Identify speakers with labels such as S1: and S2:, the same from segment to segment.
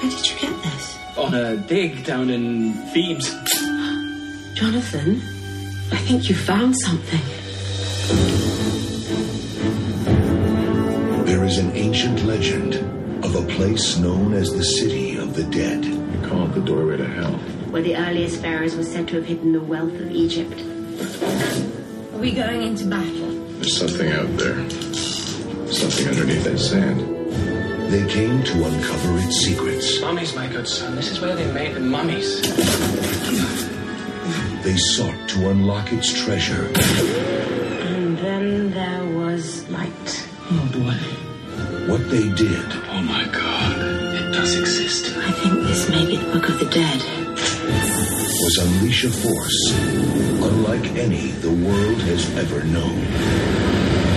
S1: Where did you get this?
S2: on a dig down in Thebes.
S1: Jonathan, I think you found something.
S3: There is an ancient legend of a place known as the City of the Dead.
S4: They call it the doorway to hell.
S5: where the earliest pharaohs were said to have hidden the wealth of Egypt.
S6: Are we going into battle?
S4: There's something out there. Something underneath that sand.
S3: They came to uncover its secrets.
S2: Mummies, my good son. This is where they made the mummies.
S3: They sought to unlock its treasure,
S5: And then there was light.
S2: Oh boy.
S3: what they did,
S2: Oh my god. It does exist.
S1: I think this may be the Book of the Dead.
S3: was unleash a force unlike any the world has ever known.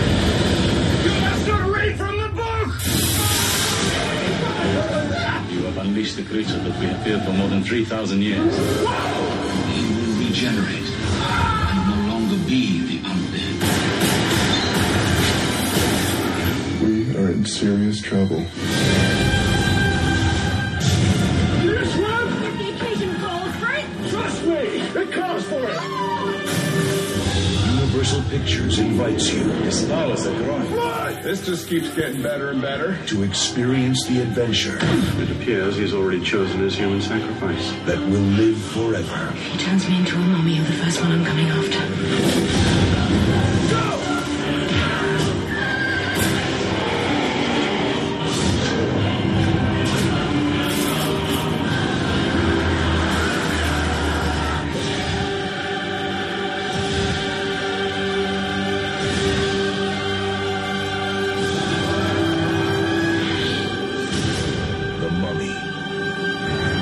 S7: You have unleashed the creature that we have feared for more than 3,000 years. He will regenerate and no longer be the undead.
S4: We are in serious trouble.
S6: If the occasion calls for it,
S3: Universal Pictures invites you
S7: His powers are growing.
S4: Ah, This just keeps getting better and better.
S3: to experience the adventure
S7: It appears he's already chosen his human sacrifice.
S3: that will live forever.
S1: If he turns me into a mummy, you're the first one I'm coming after.
S3: The Mummy.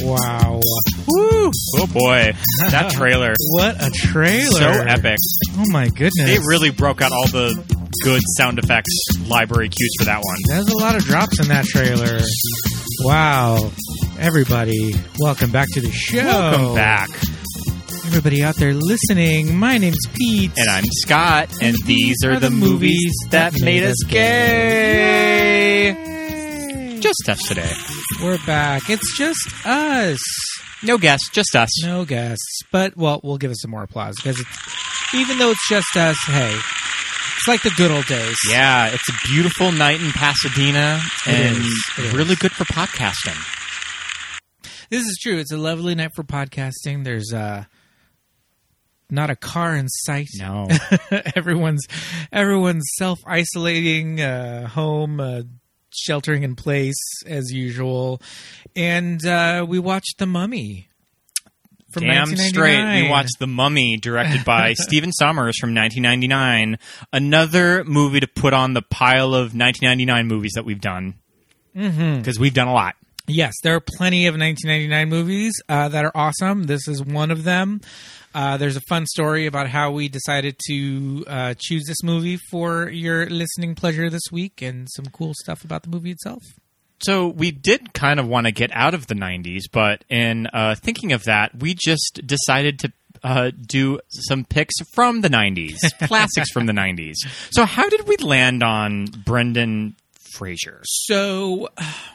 S8: Wow.
S9: Woo! Oh boy, that trailer
S8: What a trailer.
S9: so epic.
S8: Oh my goodness.
S9: They really broke out all the good sound effects library cues for that one.
S8: There's a lot of drops in that trailer. Wow. Everybody, welcome back to the show.
S9: Welcome back,
S8: Everybody out there listening, my name's Pete.
S9: and I'm Scott, and these are the movies that made us gay.
S8: Yay.
S9: Just us today,
S8: We're back. It's just us.
S9: no guests, just us.
S8: No guests. But, well, we'll give it some more applause because it's, even though it's just us, hey, it's like the good old days.
S9: Yeah, it's a beautiful night in Pasadena,
S8: It
S9: and
S8: is, it
S9: really good for podcasting.
S8: This is true. It's a lovely night for podcasting. There's uh not a car in sight.
S9: No,
S8: everyone's everyone's self isolating, uh, home uh, sheltering in place as usual, and uh, we watched The Mummy. From
S9: damn straight. We
S8: 1999.
S9: watched The Mummy, directed by Stephen Sommers from 1999. Another movie to put on the pile of 1999 movies that we've done because we've done a lot.
S8: Mm-hmm. Yes, there are plenty of 1999 movies uh, that are awesome. This is one of them. Uh, there's a fun story about how we decided to uh, choose this movie for your listening pleasure this week, and some cool stuff about the movie itself.
S9: So we did kind of want to get out of the 90s, but in uh, thinking of that, we just decided to uh, do some picks from the 90s, classics from the 90s. So how did we land on Brendan Fraser?
S8: So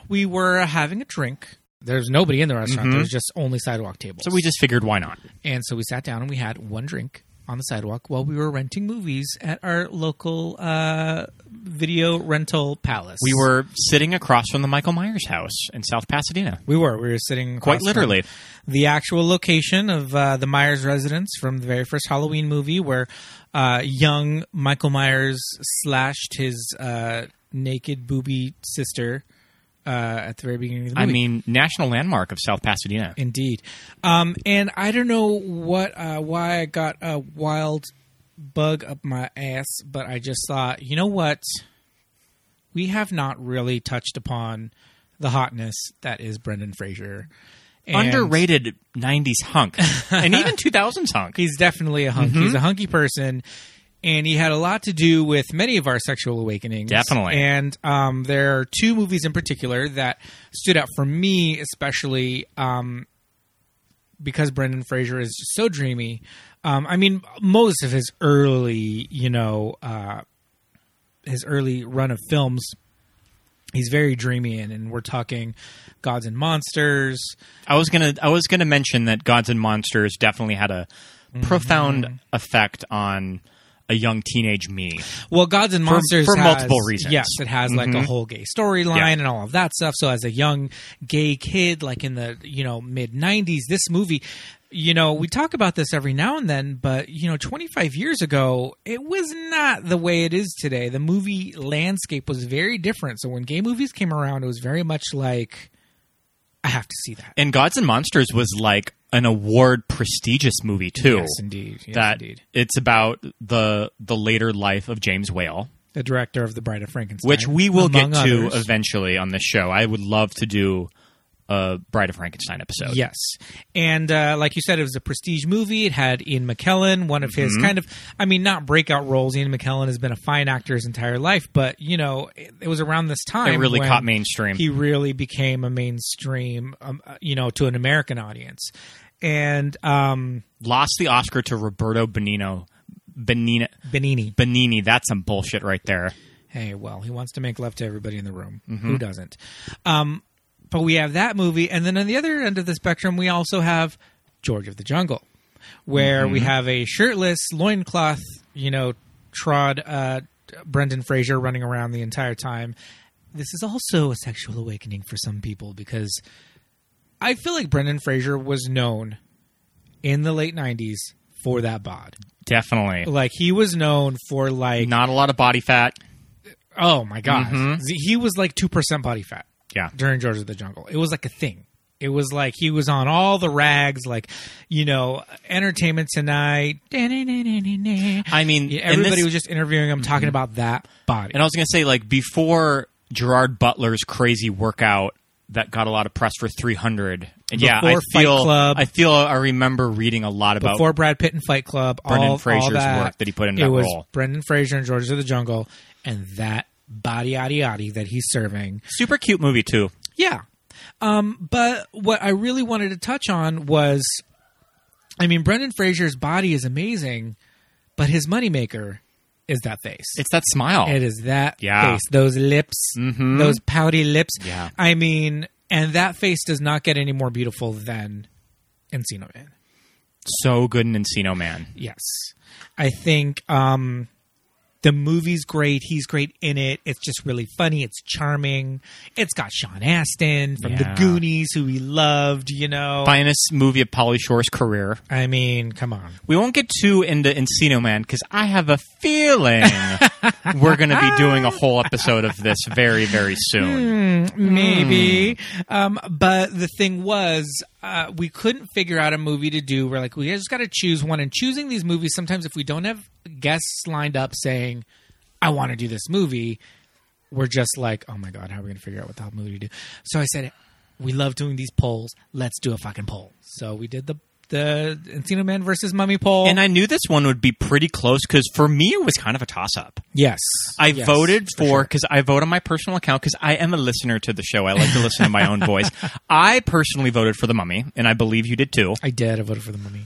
S8: we were having a drink. There's nobody in the restaurant. There's just only sidewalk tables.
S9: Mm-hmm. So we just figured, why not?
S8: and so we sat down and we had one drink on the sidewalk while we were renting movies at our local uh, video rental palace.
S9: We were sitting across from the Michael Myers house in South Pasadena.
S8: we were we were sitting
S9: Quite
S8: across
S9: literally.
S8: from the actual location of uh, the Myers residence from the very first Halloween movie where uh, young Michael Myers slashed his uh, naked booby sister uh, at the very beginning of the
S9: I
S8: movie.
S9: mean, national landmark of South Pasadena.
S8: Indeed. Um, and I don't know what uh, why I got a wild bug up my ass, but I just thought, you know what? We have not really touched upon the hotness that is Brendan Fraser. And
S9: Underrated 90s hunk. and even 2000s hunk.
S8: He's definitely a hunk. He's a hunky person. And he had a lot to do with many of our sexual awakenings.
S9: Definitely.
S8: And um, there are two movies in particular that stood out for me, especially um, because Brendan Fraser is just so dreamy. Um, I mean, most of his early, you know, uh, his early run of films, he's very dreamy in, and we're talking Gods and Monsters.
S9: I was gonna I was gonna mention that Gods and Monsters definitely had a
S8: Mm-hmm.
S9: profound effect on a young teenage me.
S8: Well, Gods and Monsters
S9: for
S8: has-
S9: multiple reasons. Mm-hmm.
S8: Yes, it has like a whole gay storyline
S9: Yeah.
S8: and all of that stuff. So as a young gay kid, like in the you know mid '90s, this movie, you know, we talk about this every now and then, but you know, 25 years ago, it was not the way it is today. The movie landscape was very different. So when gay movies came around, it was very much like, I have to see that.
S9: And Gods and Monsters was like an award prestigious movie too.
S8: Yes, indeed. Yes,
S9: that
S8: indeed.
S9: it's about the the later life of James Whale,
S8: The director of The Bride of Frankenstein,
S9: which we will get
S8: among
S9: to
S8: others.
S9: eventually on this show. I would love to do a Bride of Frankenstein episode.
S8: Yes, and uh, like you said, it was a prestige movie. It had Ian McKellen, one of his
S9: Mm-hmm.
S8: kind of, I mean, not breakout roles. Ian McKellen has been a fine actor his entire life, but you know, it, it was around this time
S9: It really
S8: when
S9: caught mainstream.
S8: He really became a mainstream, um, uh, you know, to an American audience, and um,
S9: Lost the Oscar to Roberto Benino. Benina,
S8: Benini.
S9: Benini, that's some bullshit right there.
S8: Hey, well, he wants to make love to everybody in the room. Who doesn't? Um, but we have that movie, and then on the other end of the spectrum, we also have George of the Jungle, where we have a shirtless loincloth, you know, trod uh, Brendan Fraser running around the entire time. This is also a sexual awakening for some people because I feel like Brendan Fraser was known in the late '90s for that bod.
S9: Definitely.
S8: Like he was known for like
S9: Not a lot of body fat.
S8: Oh my god,
S9: Mm-hmm.
S8: he was like two percent body fat.
S9: Yeah.
S8: during George of the Jungle, it was like a thing. It was like he was on all the rags, like you know, Entertainment Tonight. I
S9: I mean, and
S8: yeah, everybody
S9: this- Mm-hmm.
S8: was just interviewing him, talking about that body.
S9: And I was going to say, like, before Gerard Butler's crazy workout that got a lot of press for 300. And yeah, I
S8: Before Fight
S9: feel,
S8: Club.
S9: I feel, I remember reading a lot about
S8: before Brad Pitt and Fight Club,
S9: Brendan
S8: all, all
S9: Fraser's
S8: that,
S9: work that he put in
S8: it
S9: that
S8: was
S9: role.
S8: Brendan Fraser and George of the Jungle, and that body, yaddy, yaddy that he's serving.
S9: super cute movie too.
S8: Yeah. Um, but what I really wanted to touch on was I mean, Brendan Fraser's body is amazing, but his moneymaker is that face.
S9: It's that smile.
S8: It is that
S9: Yeah. Mm-hmm.
S8: face, those lips, those pouty lips.
S9: Yeah.
S8: I mean, and that face does not get any more beautiful than Encino Man.
S9: so good in Encino Man.
S8: Yes. I think um the movie's great. He's great in it. It's just really funny. It's charming. It's got Sean Astin from
S9: Yeah.
S8: the Goonies, who he loved, you know.
S9: Finest movie of Polly Shore's career.
S8: I mean, come on.
S9: We won't get too into Encino Man because I have a feeling we're going to be doing a whole episode of this very, very
S8: Hmm.
S9: soon.
S8: Maybe. Um, but the thing was, uh, we couldn't figure out a movie to do. We're like, we just got to choose one. And choosing these movies, sometimes if we don't have guests lined up saying, I want to do this movie, we're just like, oh my God, how are we going to figure out what the movie to do? So I said, we love doing these polls. Let's do a fucking poll. So we did the the Encino Man versus Mummy poll.
S9: And I knew this one would be pretty close because for me it was kind of a toss up.
S8: yes.
S9: I
S8: Yes,
S9: voted for
S8: sure.
S9: because I vote on my personal account because I am a listener to the show. I like to listen to my own voice. I personally voted for the Mummy, and I believe you did too.
S8: I did. I voted for the Mummy.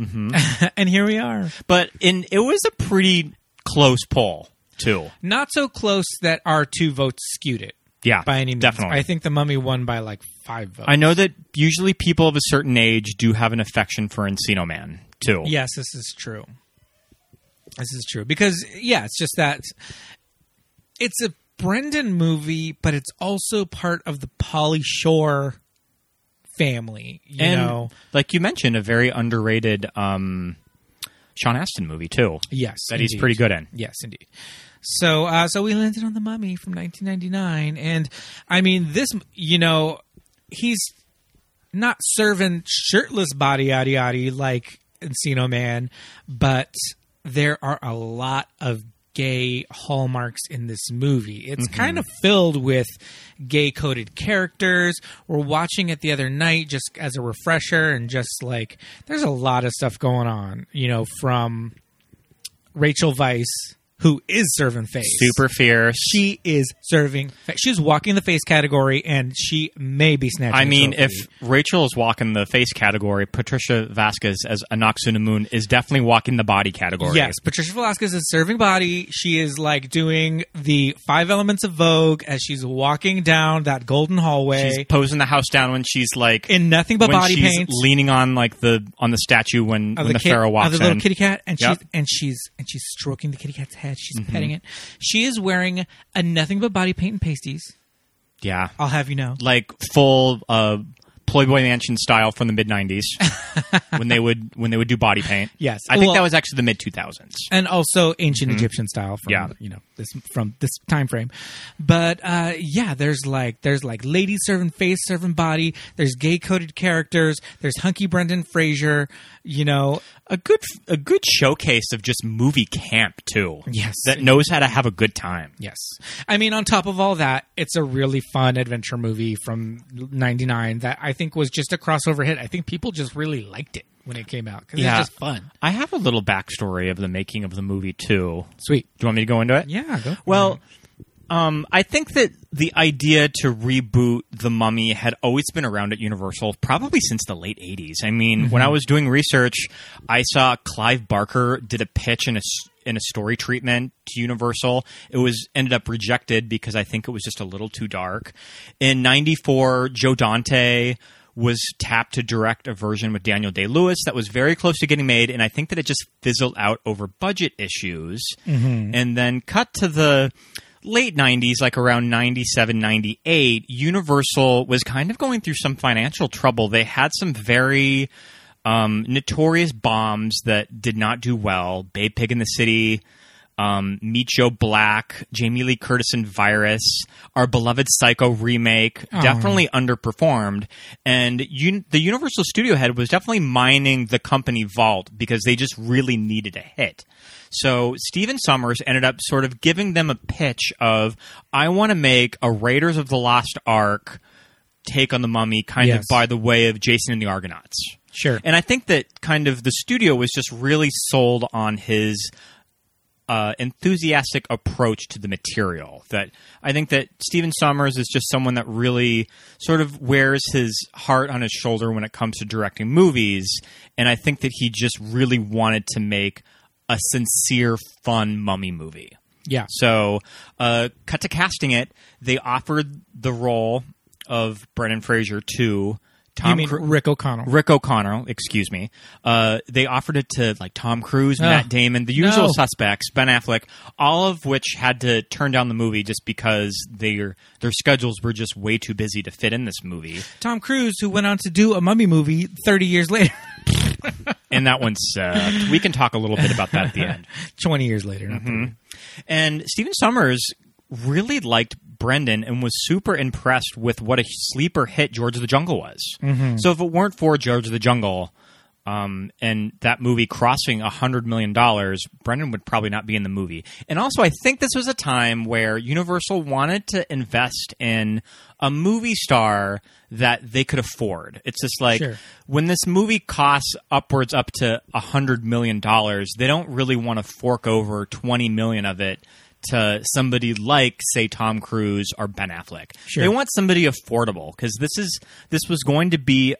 S8: Mm-hmm. and here we are.
S9: But in it was a pretty close poll too.
S8: not so close that our two votes skewed it
S9: Yeah,
S8: by any means.
S9: Ah, definitely.
S8: I think the mummy won by like five votes.
S9: I know that usually people of a certain age do have an affection for Encino Man too.
S8: Yes, this is true. This is true because yeah, it's just that it's a Brendan movie, but it's also part of the Polly Shore family. You
S9: and
S8: know,
S9: like you mentioned, a very underrated um, Sean Astin movie too.
S8: yes,
S9: that he's
S8: indeed.
S9: pretty good in.
S8: Yes, indeed. So, uh, so we landed on the Mummy from 1999, and I mean, this, you know, he's not serving shirtless body yada yada like Encino Man, but there are a lot of gay hallmarks in this movie. It's
S9: Mm-hmm.
S8: kind of filled with gay coded characters. We're watching it the other night just as a refresher and just like there's a lot of stuff going on, you know, from Rachel Weisz, who is serving face.
S9: Super fierce.
S8: She is serving. fa- She's walking the face category, and she may be snatching.
S9: I
S8: a
S9: mean,
S8: trophy.
S9: if Rachel is walking the face category, Patricia Vasquez as Anoxuna Moon is definitely walking the body category.
S8: Yes, Patricia Velasquez is serving body. She is like doing the five elements of Vogue as she's walking down that golden hallway
S9: She's posing the house down when she's like
S8: in nothing but
S9: when
S8: body
S9: she's
S8: paint.
S9: leaning on like the on the statue when
S8: of
S9: when the,
S8: kid-
S9: pharaoh walks
S8: of the little
S9: in.
S8: kitty cat, and
S9: Yep. Mm-hmm.
S8: she's and she's and she's stroking the kitty cat's head. She's petting it. She is wearing a nothing but body paint and pasties.
S9: Yeah,
S8: I'll have you know.
S9: like full uh, Playboy Mansion style from the mid '90s when they would when they would do body paint.
S8: Yes.
S9: I think
S8: Well-
S9: that was actually the mid 2000s.
S8: and also ancient Egyptian style from
S9: Mm-hmm. Yeah.
S8: you know this from this time frame. But uh, yeah, there's like there's like lady serving face serving body. There's gay coded characters. There's hunky Brendan Fraser. You know,
S9: A good a good showcase of just movie camp too.
S8: Yes.
S9: that knows how to have a good time.
S8: yes. I mean, on top of all that, it's a really fun adventure movie from '99 that I think was just a crossover hit. I think people just really liked it when it came out because
S9: Yeah.
S8: it's just fun.
S9: I have a little backstory of the making of the movie too.
S8: Sweet.
S9: Do you want me to go into it?
S8: Yeah. Go.
S9: Well, um, I think that the idea to reboot The Mummy had always been around at Universal, probably since the late 80s. I mean, when I was doing research, I saw Clive Barker did a pitch in a, s- in a story treatment to Universal. It was ended up rejected because I think it was just a little too dark. In 94, Joe Dante was tapped to direct a version with Daniel Day Lewis that was very close to getting made, and I think that it just fizzled out over budget issues. And then cut to the late 90s, like around 97, 98, Universal was kind of going through some financial trouble. They had some very um, notorious bombs that did not do well. Babe Pig in the City, um, Meet Joe Black, Jamie Lee Curtis and Virus, our beloved Psycho remake, definitely underperformed. And un- the Universal Studio head was definitely mining the company vault because they just really needed a hit. So Steven Summers ended up sort of giving them a pitch of, I want to make a Raiders of the Lost Ark take on the mummy kind
S8: Yes.
S9: of by the way of Jason and the Argonauts.
S8: Sure.
S9: And I think that kind of the studio was just really sold on his uh, enthusiastic approach to the material. That I think that Steven Sommers is just someone that really sort of wears his heart on his shoulder when it comes to directing movies, and I think that he just really wanted to make a sincere, fun mummy movie.
S8: yeah.
S9: So, uh, cut to casting it. They offered the role of Brendan Fraser to Tom.
S8: you mean
S9: Cru-
S8: Rick O'Connell?
S9: Rick O'Connell, excuse me. Uh, they offered it to like Tom Cruise, Matt Damon, the usual
S8: Ah. no.
S9: suspects, Ben Affleck, all of which had to turn down the movie just because their their schedules were just way too busy to fit in this movie.
S8: Tom Cruise, who went on to do a mummy movie 30 years later.
S9: And that one sucked. We can talk a little bit about that at the end.
S8: 20 years later. not
S9: Mm-hmm.
S8: 30.
S9: And Steven Summers really liked Brendan and was super impressed with what a sleeper hit George of the Jungle was. So if it weren't for George of the Jungle um, and that movie crossing $100 million, Brendan would probably not be in the movie. And also, I think this was a time where Universal wanted to invest in a movie star that they could afford. It's just like
S8: Sure.
S9: when this movie costs upwards up to a hundred million dollars, they don't really want to fork over twenty million of it to somebody like, say, Tom Cruise or Ben Affleck.
S8: Sure.
S9: They want somebody affordable because this is this was going to be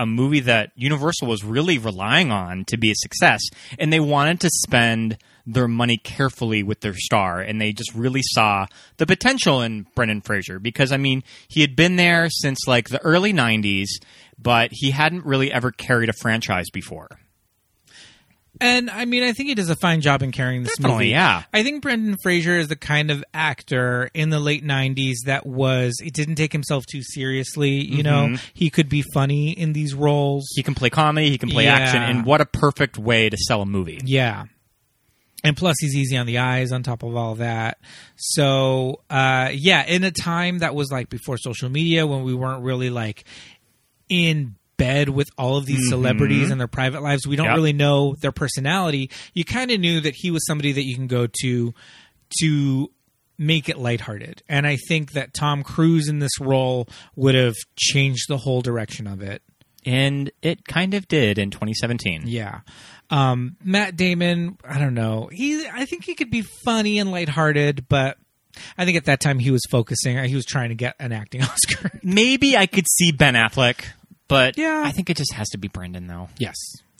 S9: a movie that Universal was really relying on to be a success, and they wanted to spend their money carefully with their star, and they just really saw the potential in Brendan Fraser because I mean he had been there since like the early '90s, but he hadn't really ever carried a franchise before.
S8: And I mean, I think he does a fine job in carrying this
S9: Definitely,
S8: movie.
S9: yeah.
S8: I think Brendan Fraser is the kind of actor in the late '90s that was. He didn't take himself too seriously. You
S9: Mm-hmm.
S8: know, he could be funny in these roles.
S9: He can play comedy, he can play
S8: Yeah.
S9: action, and what a perfect way to sell a movie.
S8: yeah. And plus, he's easy on the eyes. On top of all that, so uh, yeah, in a time that was like before social media, when we weren't really like in bed with all of these celebrities and their private lives. We don't
S9: Yep.
S8: really know their personality. You kind of knew that he was somebody that you can go to to make it lighthearted. And I think that Tom Cruise in this role would have changed the whole direction of it.
S9: and it kind of did in 2017.
S8: Yeah. Um, Matt Damon, I don't know. He I think he could be funny and lighthearted, but I think at that time he was focusing he was trying to get an acting Oscar.
S9: Maybe I could see Ben Affleck, but
S8: Yeah.
S9: I think it just has to be Brandon though.
S8: yes.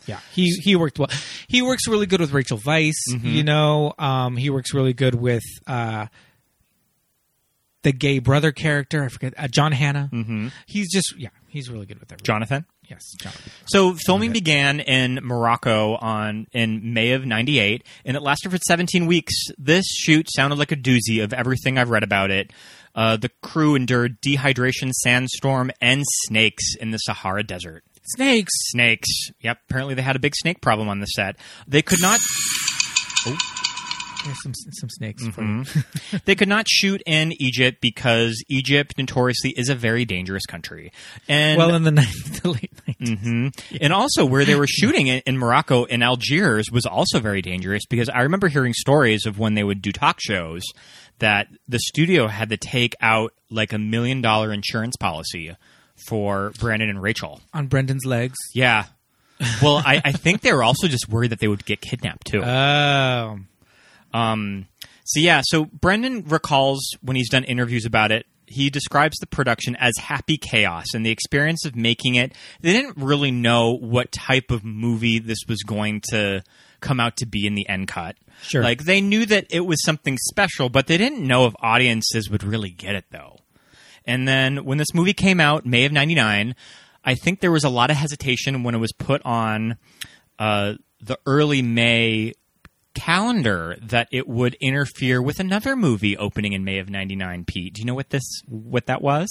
S8: Yeah. He he worked well. He works really good with Rachel Weisz, you know. Um, he works really good with uh the gay brother character, I forget, uh, John Hannah. Mm-hmm. He's just, yeah, he's really good with everyone.
S9: Jonathan.
S8: Yes, John.
S9: So filming began in Morocco on in May of '98, and it lasted for 17 weeks. This shoot sounded like a doozy of everything I've read about it. Uh, the crew endured dehydration, sandstorm, and snakes in the Sahara Desert.
S8: Snakes.
S9: Snakes. Yep. Apparently, they had a big snake problem on the set. They could not.
S8: There's some some snakes for you.
S9: They could not shoot in Egypt because Egypt notoriously is a very dangerous country. And
S8: Well, in the, night, the late 90s.
S9: And also, where they were shooting it in Morocco and Algiers was also very dangerous because I remember hearing stories of when they would do talk shows that the studio had to take out like a million dollar insurance policy for Brandon and Rachel.
S8: on Brendan's legs.
S9: Yeah. Well, I, I think they were also just worried that they would get kidnapped too.
S8: Oh,
S9: So yeah, so Brendan recalls when he's done interviews about it, he describes the production as happy chaos and the experience of making it. They didn't really know what type of movie this was going to come out to be in the end cut.
S8: Sure.
S9: Like they knew that it was something special, but they didn't know if audiences would really get it though. And then when this movie came out, May of 99, I think there was a lot of hesitation when it was put on uh, the early May calendar that it would interfere with another movie opening in May of 99, Pete. Do you know what this what that was?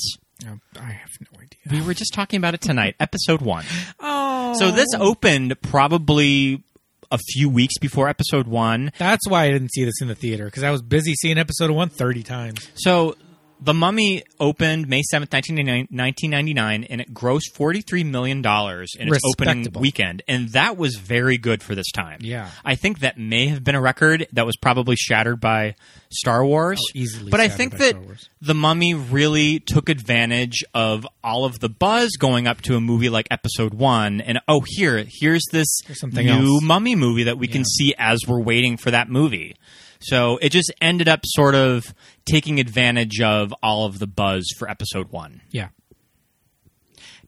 S8: Um, I have no idea.
S9: We were just talking about it tonight, episode 1.
S8: Oh,
S9: So this opened probably a few weeks before episode 1.
S8: that's why I didn't see this in the theater because I was busy seeing episode one 30 times.
S9: So The Mummy opened May 7th, 1999 1999, and it grossed $43 million in its opening
S8: Respectable.
S9: weekend. And that was very good for this time.
S8: Yeah.
S9: I think that may have been a record that was probably shattered by Star Wars.
S8: Oh, easily
S9: But I
S8: shattered
S9: think
S8: by
S9: that
S8: Star Wars.
S9: The Mummy really took advantage of all of the buzz going up to a movie like Episode 1. And oh, here, here's this
S8: Here's something
S9: new
S8: else.
S9: mummy movie that we can see as we're waiting for that movie. So it just ended up sort of taking advantage of all of the buzz for episode one.
S8: Yeah.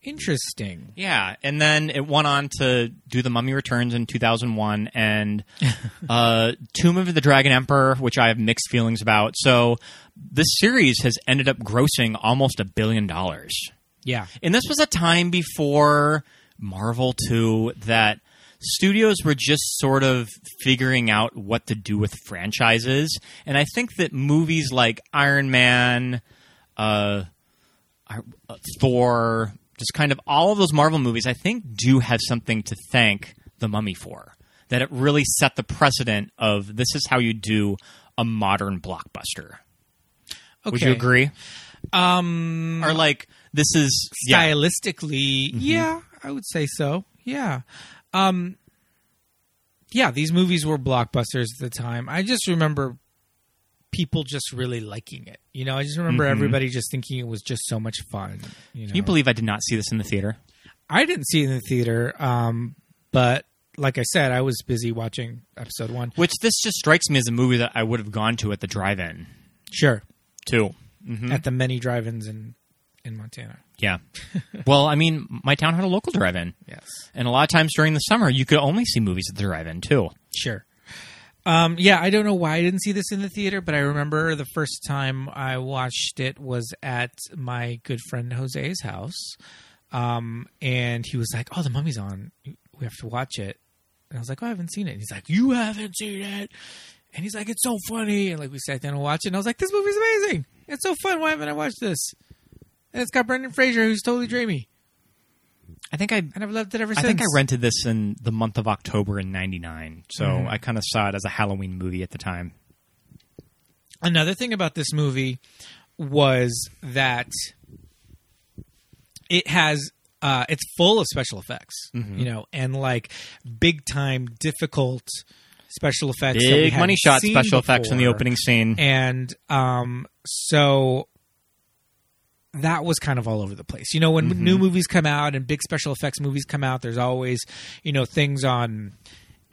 S8: Interesting.
S9: Yeah, and then it went on to do The Mummy Returns in 2001 and uh, Tomb of the Dragon Emperor, which I have mixed feelings about. So this series has ended up grossing almost a billion dollars.
S8: Yeah.
S9: And this was a time before Marvel 2 that studios were just sort of figuring out what to do with franchises. And I think that movies like Iron Man, uh, I- uh, Thor, just kind of all of those Marvel movies, I think do have something to thank The Mummy for. That it really set the precedent of this is how you do a modern blockbuster.
S8: Okay.
S9: Would you agree? Um, or like this is yeah.
S8: Stylistically, yeah, I would say so. Yeah. Um, yeah, these movies were blockbusters at the time. I just remember people just really liking it. You know, I just remember everybody just thinking it was just so much fun. Mm-hmm. You know?
S9: Can you believe I did not see this in the theater?
S8: I didn't see it in the theater, um, but like I said, I was busy watching episode one.
S9: Which this just strikes me as a movie that I would have gone to at the drive-in
S8: Sure,
S9: too. Mm-hmm.
S8: at the many drive-ins in in Montana.
S9: Yeah. well, I mean, my town had a local drive-in,
S8: Yes,
S9: and a lot of times during the summer, you could only see movies at the drive-in too.
S8: sure. Um, yeah, I don't know why I didn't see this in the theater, but I remember the first time I watched it was at my good friend Jose's house, um, and he was like, "Oh, the mummy's on. We have to watch it." And I was like, "Oh, I haven't seen it." And he's like, "You haven't seen it." And he's like, "It's so funny." And like we sat down and watched it, and I was like, "This movie's amazing. It's so fun. Why haven't I watched this?" And it's got Brendan Fraser, who's totally dreamy,
S9: I think I.
S8: and I've loved it ever
S9: I
S8: since.
S9: think I rented this in the month of October in '99, so
S8: Mm-hmm.
S9: I kind of saw it as a Halloween movie at the time.
S8: another thing about this movie was that it has uh, it's full of special effects,
S9: Mm-hmm.
S8: you know, and like big time difficult special effects. that we
S9: Big
S8: hadn't
S9: money shot
S8: seen um,
S9: special effects in the
S8: before.
S9: opening scene.
S8: and um, so that was kind of all over the place. You know, when new movies come out and big special effects movies come out, there's always, you know, things on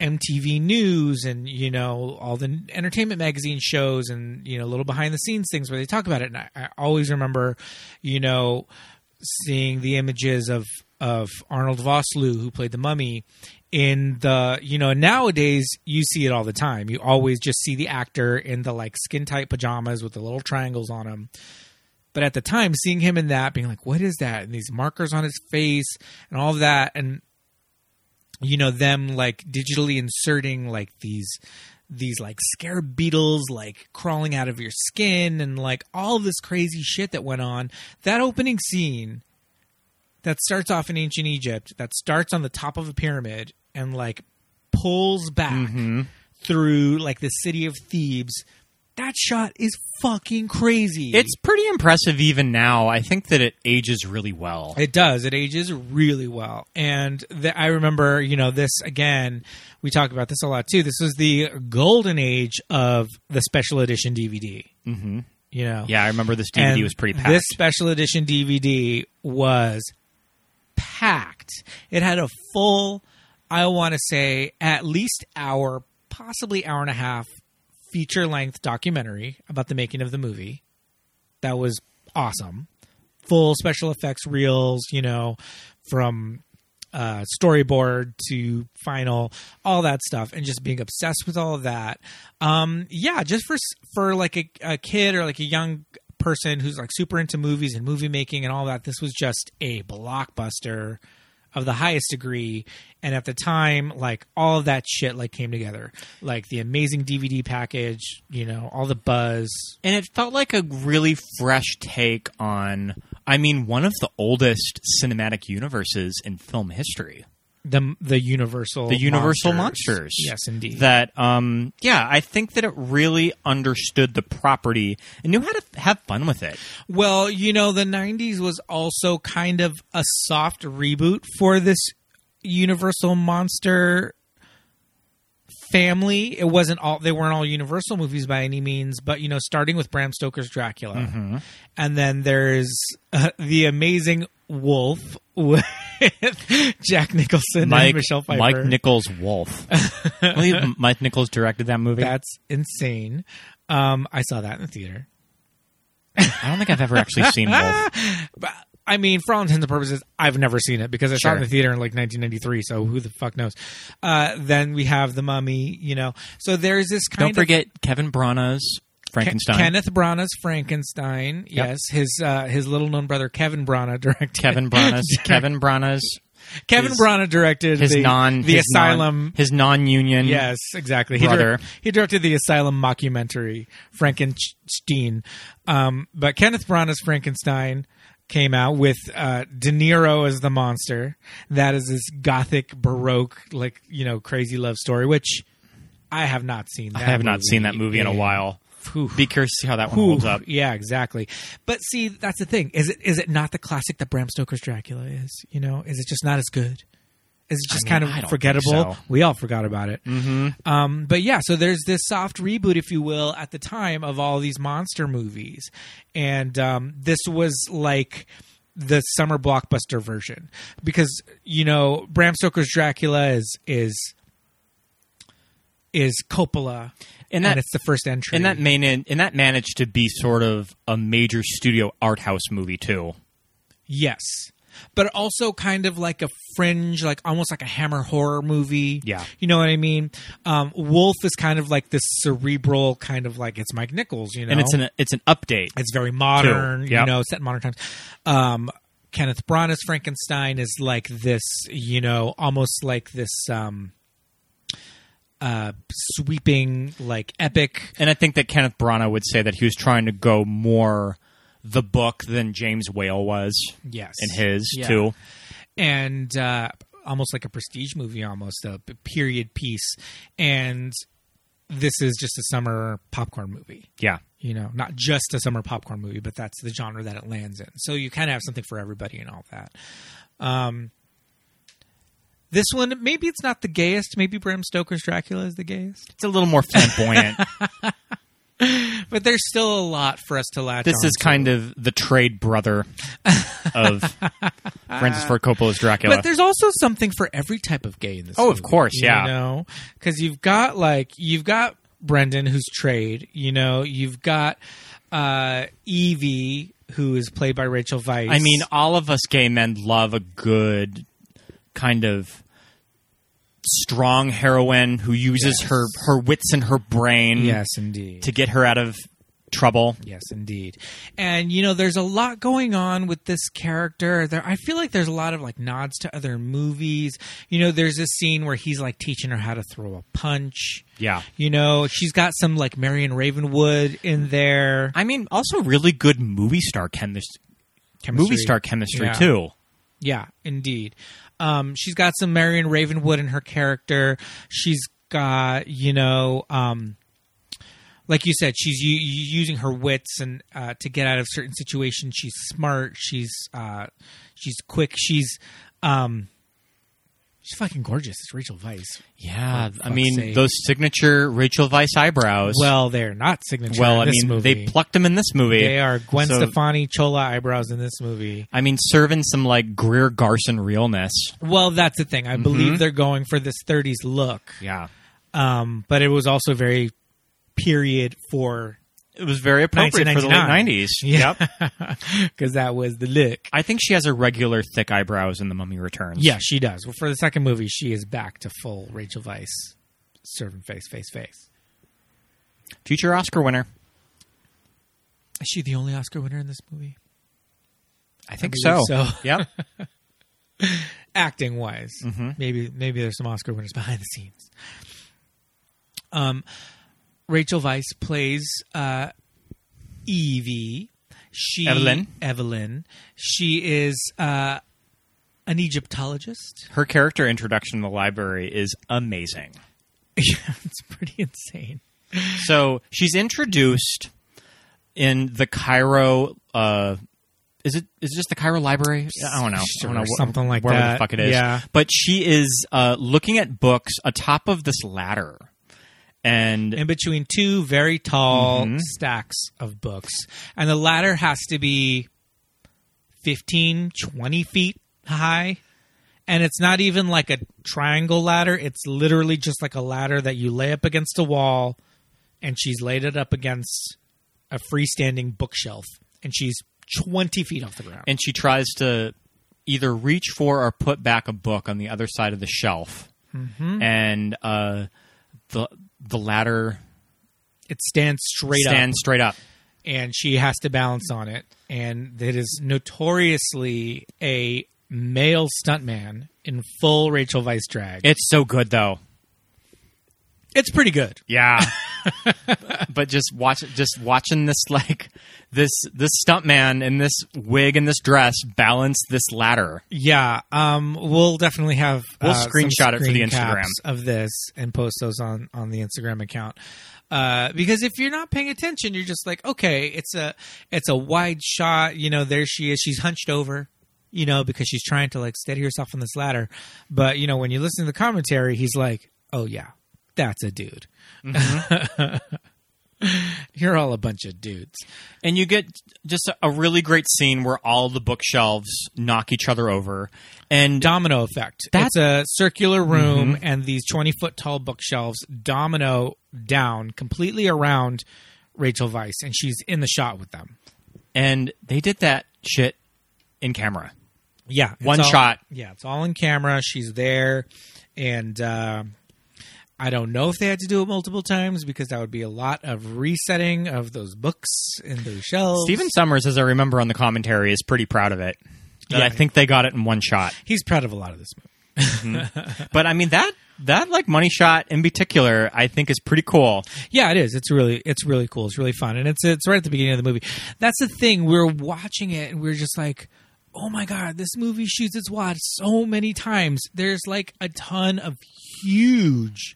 S8: MTV News and, you know, all the entertainment magazine shows and, you know, little behind the scenes things where they talk about it. And I, I always remember, you know, seeing the images of, of Arnold Vosloo, who played the mummy, in the you know nowadays you see it all the time you always just see the actor in the like skin tight pajamas with the little triangles on him but at the time seeing him in that being like what is that and these markers on his face and all of that and you know them like digitally inserting like these these like scarab beetles like crawling out of your skin and like all this crazy shit that went on that opening scene that starts off in ancient Egypt, that starts on the top of a pyramid and like pulls back through like the city of Thebes. That shot is fucking crazy.
S9: It's pretty impressive even now. I think that it ages really well.
S8: It does. It ages really well. And the, I remember, you know, this again, we talk about this a lot too. This was the golden age of the special edition DVD. Mm-hmm. You know?
S9: Yeah, I remember this DVD
S8: And
S9: was pretty
S8: This
S9: packed.
S8: special edition DVD was packed. It had a full, I want to say, at least hour, possibly hour and a half feature length documentary about the making of the movie. That was awesome. Full special effects reels, you know, from uh, storyboard to final, all that stuff, and just being obsessed with all of that. Um, yeah, just for s- for like a, a kid or like a young person who's like super into movies and movie making and all that, this was just a blockbuster of the highest degree. And at the time, like all of that shit like came together, like the amazing DVD package, you know, all the buzz.
S9: and it felt like a really fresh take on I mean one of the oldest cinematic universes in film history.
S8: The, the universal
S9: The Universal
S8: monsters.
S9: Monsters.
S8: yes indeed
S9: That um yeah, I think that it really understood the property and knew how to have fun with it.
S8: Well, you know, the 90s was also kind of a soft reboot for this Universal Monster family. It wasn't all they weren't all Universal movies by any means, but you know, starting with Bram Stoker's Dracula.
S9: Mm-hmm.
S8: And then there's uh, the amazing Wolf with Jack Nicholson and
S9: Mike
S8: Michelle Pfeiffer.
S9: Mike Nichols Wolf. I believe Mike Nichols directed that movie.
S8: That's insane. Um, I saw that in the theater.
S9: I don't think I've ever actually seen Wolf.
S8: But I mean, for all intents and purposes, I've never seen it because I saw it in
S9: Sure.
S8: the theater in like 1993. So who the fuck knows? Uh, then we have the Mummy, you know. So there's this kind
S9: Don't forget Kevin Branagh's
S8: of Ke-
S9: Frankenstein.
S8: Kenneth Branagh's Frankenstein. Yes, his uh, his little known brother Kevin Branagh directed
S9: Kevin Branagh's Kevin Branagh's
S8: Kevin
S9: his-
S8: Branagh directed
S9: his
S8: the,
S9: non
S8: the
S9: his non-
S8: Asylum.
S9: his non-union
S8: Yes, exactly. He, dir-
S9: Mm-hmm. brother.
S8: he directed the Asylum mockumentary Frankenstein, um, but Kenneth Branagh's Frankenstein came out with uh, De Niro as the monster. That is this gothic baroque, like you know, crazy love story, which I have not seen. That
S9: I have not seen that movie in a while.
S8: Whew.
S9: Be curious to see how that one
S8: Whew.
S9: holds up.
S8: Yeah, exactly. But see, that's the thing. Is it is it not the classic that Bram Stoker's Dracula is? You know, is it just not as good? Is it just
S9: mean, I
S8: kind
S9: don't
S8: of
S9: think
S8: forgettable?
S9: so. Mm-hmm.
S8: We all forgot about it. Um, but yeah, so there's this soft reboot, if you will, at the time of all these monster movies, and um, this was like the summer blockbuster version because you know Bram Stoker's Dracula is is is Coppola,
S9: And
S8: and,
S9: that-
S8: it's the first entry.
S9: And that main and that managed to be sort of a major studio art house movie too.
S8: Yes. But also kind of like a fringe, like almost like a hammer horror movie.
S9: Yeah.
S8: You know what I mean? Um, Wolf is kind of like this cerebral kind of like it's Mike Nichols, you know.
S9: And it's an it's an update.
S8: it's very modern,
S9: Yep.
S8: you know, set in modern times. Um Kenneth Branagh's Frankenstein is like this, you know, almost like this um uh sweeping like epic
S9: and I think that Kenneth Branagh would say that he was trying to go more the book than James Whale was
S8: yes
S9: in his
S8: Yeah.
S9: too.
S8: and uh, almost like a prestige movie, almost a p- period piece. And this is just a summer popcorn movie.
S9: Yeah.
S8: You know, not just a summer popcorn movie, but that's the genre that it lands in. So you kind of have something for everybody and all that. Um, this one, maybe it's not the gayest. Maybe Bram Stoker's Dracula is the gayest.
S9: It's a little more flamboyant.
S8: But But there's still a lot for us to latch
S9: This is kind of the trade brother of Francis Ford Coppola's Dracula.
S8: But there's also something for every type of gay in this.
S9: Oh, of
S8: movie,
S9: course, yeah.
S8: You know, because you've got like you've got Brendan who's trade. You know, you've got uh, Evie who is played by Rachel Weisz.
S9: I mean, all of us gay men love a good kind of strong heroine who uses her her wits and her brain
S8: yes, indeed.
S9: to get her out of trouble.
S8: Mm. Yes, indeed. And you know, there's a lot going on with this character. There, I feel like there's a lot of like nods to other movies. You know, there's this scene where he's like teaching her how to throw a punch.
S9: Yeah.
S8: You know, she's got some like Marion Ravenwood in there.
S9: I mean, also really good movie star chemistry. Movie star chemistry
S8: Yeah.
S9: too.
S8: Yeah, indeed. Um, she's got some Marion Ravenwood in her character. She's got, you know, um, like you said, she's u- u- using her wits and uh, to get out of certain situations. She's smart. She's uh, she's quick. She's um, she's fucking gorgeous. It's Rachel Vice.
S9: Yeah,
S8: For
S9: I
S8: fuck's
S9: mean
S8: sake.
S9: those signature Rachel Vice eyebrows.
S8: Well, they're not signature.
S9: well,
S8: in
S9: I
S8: this
S9: mean
S8: movie.
S9: they plucked them in this movie.
S8: They are Gwen
S9: So,
S8: Stefani Chola eyebrows in this movie.
S9: I mean, serving some like Greer Garson realness.
S8: Well, that's the thing. I
S9: Mm-hmm.
S8: believe they're going for this 30s look.
S9: Yeah,
S8: um, but it was also very period for
S9: it was very appropriate for the late
S8: 1999.
S9: nineties. Yep.
S8: because that was the lick.
S9: I think she has a regular thick eyebrows in The Mummy Returns.
S8: Yeah, she does. Well, for the second movie, she is back to full Rachel Vice, serving face, face, face.
S9: future Oscar winner.
S8: Is she the only Oscar winner in this movie?
S9: I think
S8: believe
S9: so.
S8: so.
S9: Yep.
S8: Acting wise, maybe maybe there's some Oscar winners behind the scenes. Um, Rachel Vice plays uh, Evie. She
S9: Evelyn.
S8: Evelyn. She is uh, an Egyptologist.
S9: Her character introduction in the library is amazing.
S8: Yeah, it's pretty insane.
S9: So she's introduced in the Cairo. Uh, is it is it just the Cairo Library? I don't know. I don't know
S8: Sure,
S9: wh-
S8: something like
S9: wherever the
S8: that.
S9: fuck it is.
S8: Yeah.
S9: But she is uh, looking at books atop of this ladder, and
S8: In between two very tall stacks of books. And the ladder has to be 15, 20 feet high. And it's not even like a triangle ladder. It's literally just like a ladder that you lay up against a wall. And she's laid it up against a freestanding bookshelf. And she's 20 feet off the ground.
S9: and she tries to either reach for or put back a book on the other side of the shelf,
S8: Mm-hmm.
S9: and uh, the the ladder
S8: it stands straight up.
S9: stands straight up.
S8: and she has to balance on it. And it is notoriously a male stuntman in full Rachel Vice drag.
S9: It's so good though.
S8: it's pretty good.
S9: Yeah. but just watch just watching this like this this stuntman in this wig and this dress balance this ladder.
S8: Yeah, um, we'll definitely have
S9: We'll
S8: uh, some
S9: screenshot it for the
S8: screen caps
S9: Instagram.
S8: of this and post those on on the Instagram account. Uh, because if you're not paying attention, you're just like, okay, it's a it's a wide shot. You know, there she is. She's hunched over. You know, because she's trying to like steady herself on this ladder. But you know, when you listen to the commentary, he's like, oh yeah, that's a dude.
S9: Mm-hmm.
S8: you're all a bunch of dudes.
S9: And you get just a really great scene where all the bookshelves knock each other over and
S8: domino effect.
S9: That-
S8: That's a circular room
S9: Mm-hmm.
S8: and these 20 foot tall bookshelves domino down completely around Rachel Weiss, and she's in the shot with them.
S9: and they did that shit in camera.
S8: Yeah. it's
S9: One
S8: all-
S9: shot.
S8: Yeah, it's all in camera. She's there. And uh, I don't know if they had to do it multiple times because that would be a lot of resetting of those books in those shelves.
S9: Steven Summers, as I remember on the commentary, is pretty proud of it. That
S8: Yeah.
S9: I think they got it in one shot.
S8: He's proud of a lot of this movie.
S9: But I mean that that like money shot in particular, I think is pretty cool.
S8: Yeah, it is. It's really it's really cool. It's really fun, and it's it's right at the beginning of the movie. That's the thing. We were watching it, and we were just like, "Oh my god, this movie shoots its wad so many times." There's like a ton of huge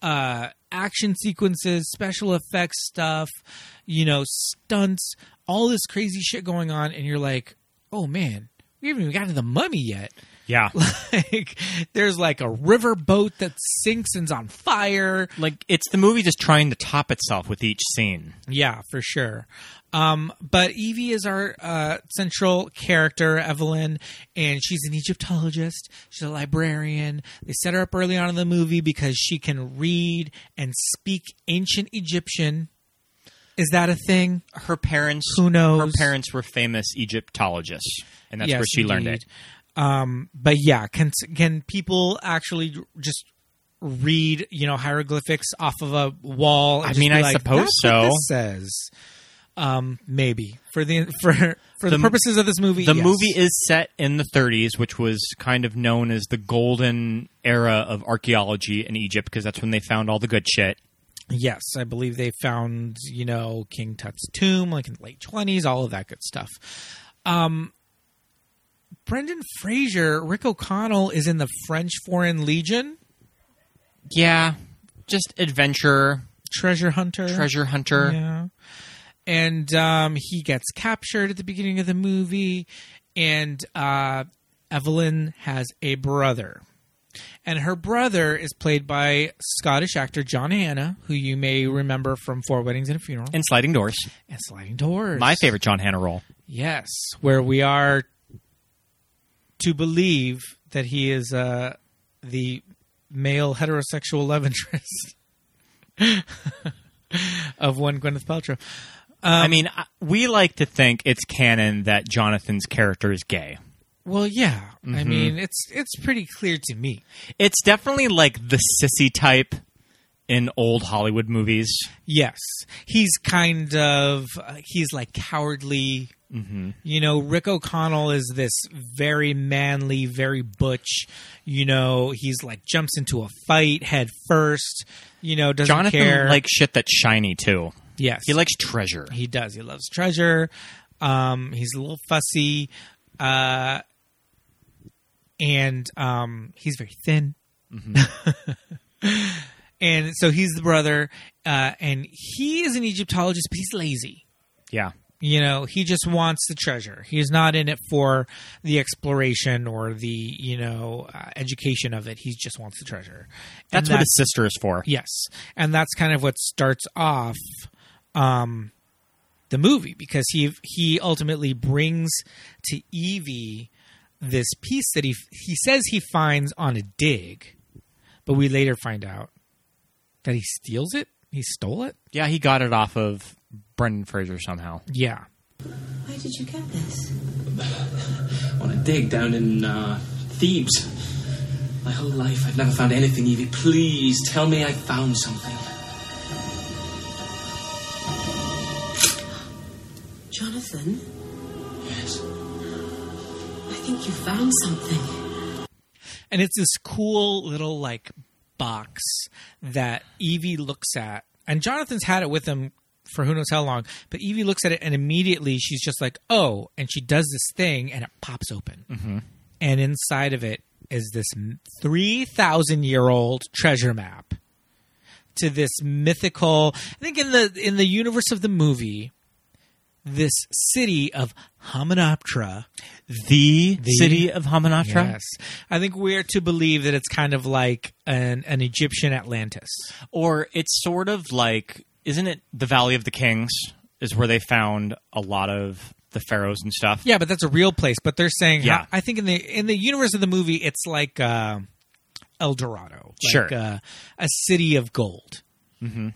S8: uh, action sequences, special effects stuff, you know, stunts, all this crazy shit going on, and you're like, "Oh man, we haven't even gotten to the mummy yet."
S9: Yeah.
S8: like there's like a river boat that sinks and's on fire.
S9: like it's the movie just trying to top itself with each scene.
S8: Yeah, for sure. Um, but Evie is our uh, central character, Evelyn, and she's an Egyptologist. She's a librarian. They set her up early on in the movie because she can read and speak ancient Egyptian. Is that a thing?
S9: Her parents
S8: Who knows?
S9: Her parents were famous Egyptologists, and that's
S8: Yes,
S9: where she learned it.
S8: indeed. Um, but yeah, can can people actually just read you know hieroglyphics off of a wall? and
S9: I
S8: just
S9: mean,
S8: be
S9: I
S8: like,
S9: suppose
S8: "That's what
S9: so."
S8: this says um, maybe for the for for the,
S9: The m-
S8: purposes of this movie.
S9: The
S8: yes.
S9: movie is set in the 30s, which was kind of known as the golden era of archaeology in Egypt because that's when they found all the good shit.
S8: yes, I believe they found you know King Tut's tomb like in the late twenties, all of that good stuff. Um, Brendan Fraser, Rick O'Connell is in the French Foreign Legion,
S9: Yeah, just adventure,
S8: treasure hunter,
S9: treasure hunter.
S8: Yeah. And um, he gets captured at the beginning of the movie, and uh, Evelyn has a brother. And her brother is played by Scottish actor John Hannah, who you may remember from Four Weddings and a Funeral
S9: And sliding doors.
S8: and Sliding Doors.
S9: My favorite John Hannah role.
S8: Yes, where we are to believe that he is uh, the male heterosexual love interest of one Gwyneth Paltrow.
S9: I mean, I- we like to think it's canon that Jonathan's character is gay.
S8: Well, yeah.
S9: Mm-hmm.
S8: I mean, it's it's pretty clear to me.
S9: It's definitely like the sissy type in old Hollywood movies.
S8: Yes, he's kind of uh, he's like cowardly.
S9: Mm-hmm.
S8: You know, Rick O'Connell is this very manly, very butch. You know, he's like jumps into a fight head first. You know, doesn't
S9: Jonathan
S8: care.
S9: likes shit that's shiny too.
S8: yes,
S9: He likes treasure.
S8: He does. He loves treasure. Um, he's a little fussy, uh, and um, he's very thin.
S9: Mm-hmm.
S8: and so he's the brother, uh, and he is an Egyptologist, but he's lazy.
S9: Yeah.
S8: You know, he just wants the treasure. He's not in it for the exploration or the you know uh, education of it. He just wants the treasure. And
S9: That's what his sister is for.
S8: Yes, and that's kind of what starts off um, the movie because he he ultimately brings to Evie this piece that he he says he finds on a dig, but we later find out that he steals it. He stole it.
S9: Yeah, he got it off of Brendan Fraser somehow.
S8: Yeah.
S1: Where did you get this?
S2: On a dig down in uh, Thebes. My whole life, I've never found anything, Evie. Please tell me I found something.
S1: Jonathan,
S2: Yes.
S1: I think you found something.
S8: and it's this cool little like box that Evie looks at, and Jonathan's had it with him for who knows how long. But Evie looks at it, and immediately she's just like, "Oh!" And she does this thing, and it pops open, and inside of it is this three thousand year old treasure map to this mythical. I think in the in the universe of the movie. This city of Hamunaptra
S9: The, city of Hamanatra.
S8: Yes. I think we're to believe that it's kind of like an, an Egyptian Atlantis.
S9: Or it's sort of like, isn't it the Valley of the Kings is where they found a lot of the pharaohs and stuff?
S8: Yeah, but that's a real place. But they're saying,
S9: Yeah.
S8: I think in the in the universe of the movie, it's like uh, El Dorado, like
S9: Sure.
S8: uh, a city of gold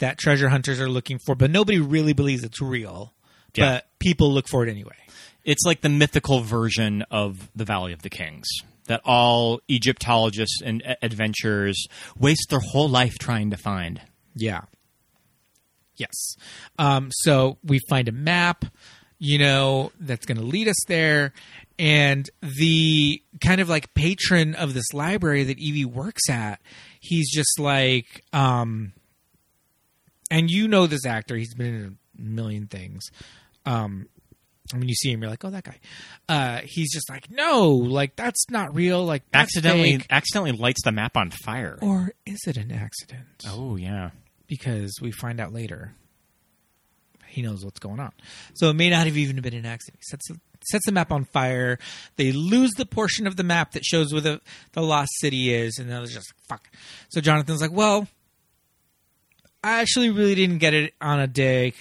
S8: that treasure hunters are looking for. But nobody really believes it's real.
S9: Yeah.
S8: But people look for it anyway.
S9: It's like the mythical version of the Valley of the Kings that all Egyptologists and a- adventurers waste their whole life trying to find.
S8: Yeah. Yes. Um, so we find a map, you know, that's going to lead us there. And the kind of like patron of this library that Evie works at, he's just like, um, and you know this actor, he's been in a million things. Um, and when you see him, you're like, oh, that guy. Uh, he's just like, no, like that's not real. Like that's Oh.
S9: Accidentally,
S8: fake."
S9: accidentally lights the map on fire.
S8: or is it an accident?
S9: Oh yeah,
S8: because we find out later He knows what's going on. So it may not have even been an accident. He sets, sets the map on fire. They lose the portion of the map that shows where the, the lost city is. And they're just like, fuck. So Jonathan's like, well, I actually really didn't get it on a dig.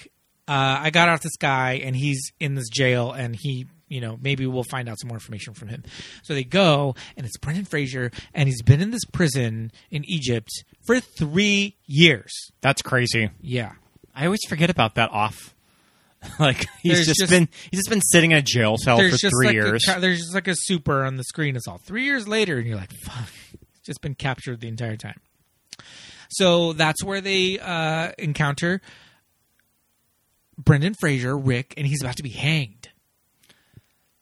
S8: Uh, I got off this guy, and he's in this jail, and he, you know, maybe we'll find out some more information from him. So they go, and it's Brendan Fraser, and he's been in this prison in Egypt for three years.
S9: That's crazy.
S8: Yeah,
S9: I always forget about that off. Like he's
S8: There's
S9: just,
S8: just-
S9: been he's just been sitting in a jail cell for
S8: there's just
S9: three
S8: like
S9: years.
S8: A, ca- there's just like a super on the screen. It's all three years later, and you're like, fuck, it's just been captured the entire time. So that's where they uh, encounter Brendan Fraser, Rick, and he's about to be hanged.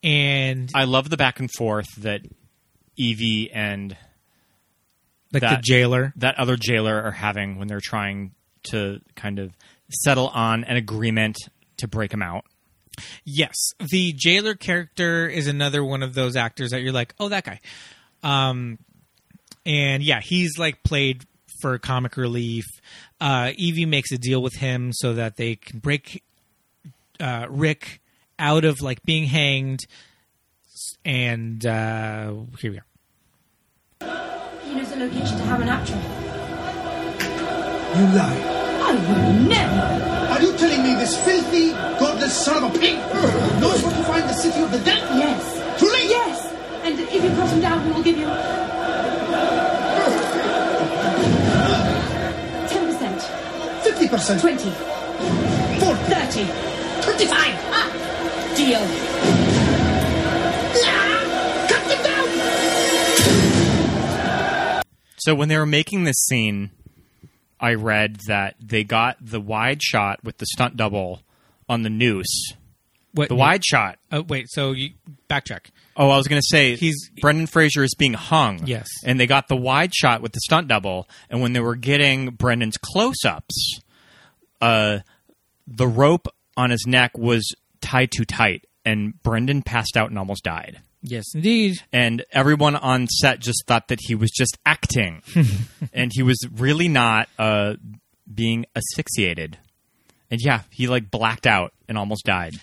S8: And
S9: I love the back and forth that Evie and
S8: like the
S9: that-
S8: jailer,
S9: that other jailer are having when they're trying to kind of settle on an agreement to break him out.
S8: yes, the jailer character is another one of those actors that you're like, oh, that guy. Um, and yeah, he's like played for comic relief. Uh, Evie makes a deal with him so that they can break uh, Rick out of like being hanged. And uh, here we are.
S6: He knows the location to Hamanatra.
S10: You lie.
S6: I would never.
S10: Are you telling me this filthy, godless son of a pig knows where to find the city of the dead?
S6: Yes.
S10: Truly?
S6: Yes. And if you cross him down, we will give you ten percent,
S10: 50%,
S6: twenty,
S10: 40
S6: thirty, twenty-five. Ah, deal.
S10: Ah.
S9: So when they were making this scene, I read that they got the wide shot with the stunt double on the noose.
S8: What,
S9: The wide shot.
S8: Oh, wait, so you backtrack.
S9: Oh, I was going to say
S8: He's-
S9: Brendan Fraser is being hung.
S8: Yes.
S9: and they got the wide shot with the stunt double, and when they were getting Brendan's close-ups, uh, the rope on his neck was tied too tight, and Brendan passed out and almost died.
S8: Yes, indeed.
S9: And everyone on set just thought that he was just acting, and he was really not uh, being asphyxiated. And yeah, he like blacked out and almost died.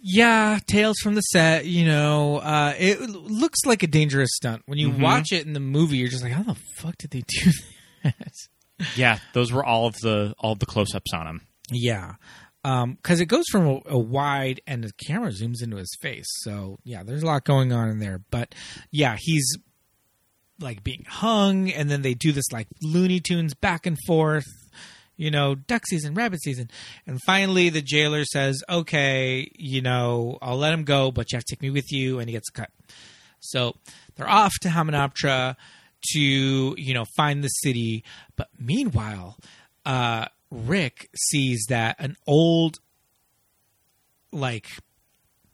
S8: Yeah, Tales from the Set, you know, uh, it l- looks like a dangerous stunt. When you watch it in the movie, you're just like, how the fuck did they do this?
S9: Yeah, those were all of the all of the close-ups on him.
S8: Yeah. Because Um, it goes from a, a wide and the camera zooms into his face. So, yeah, there's a lot going on in there. But, yeah, he's like being hung, and then they do this like Looney Tunes back and forth, you know, duck season, rabbit season. And finally, the jailer says, okay, you know, I'll let him go, but you have to take me with you. And he gets cut. So they're off to Hamanoptra to, you know, find the city. But meanwhile, uh, Rick sees that an old, like,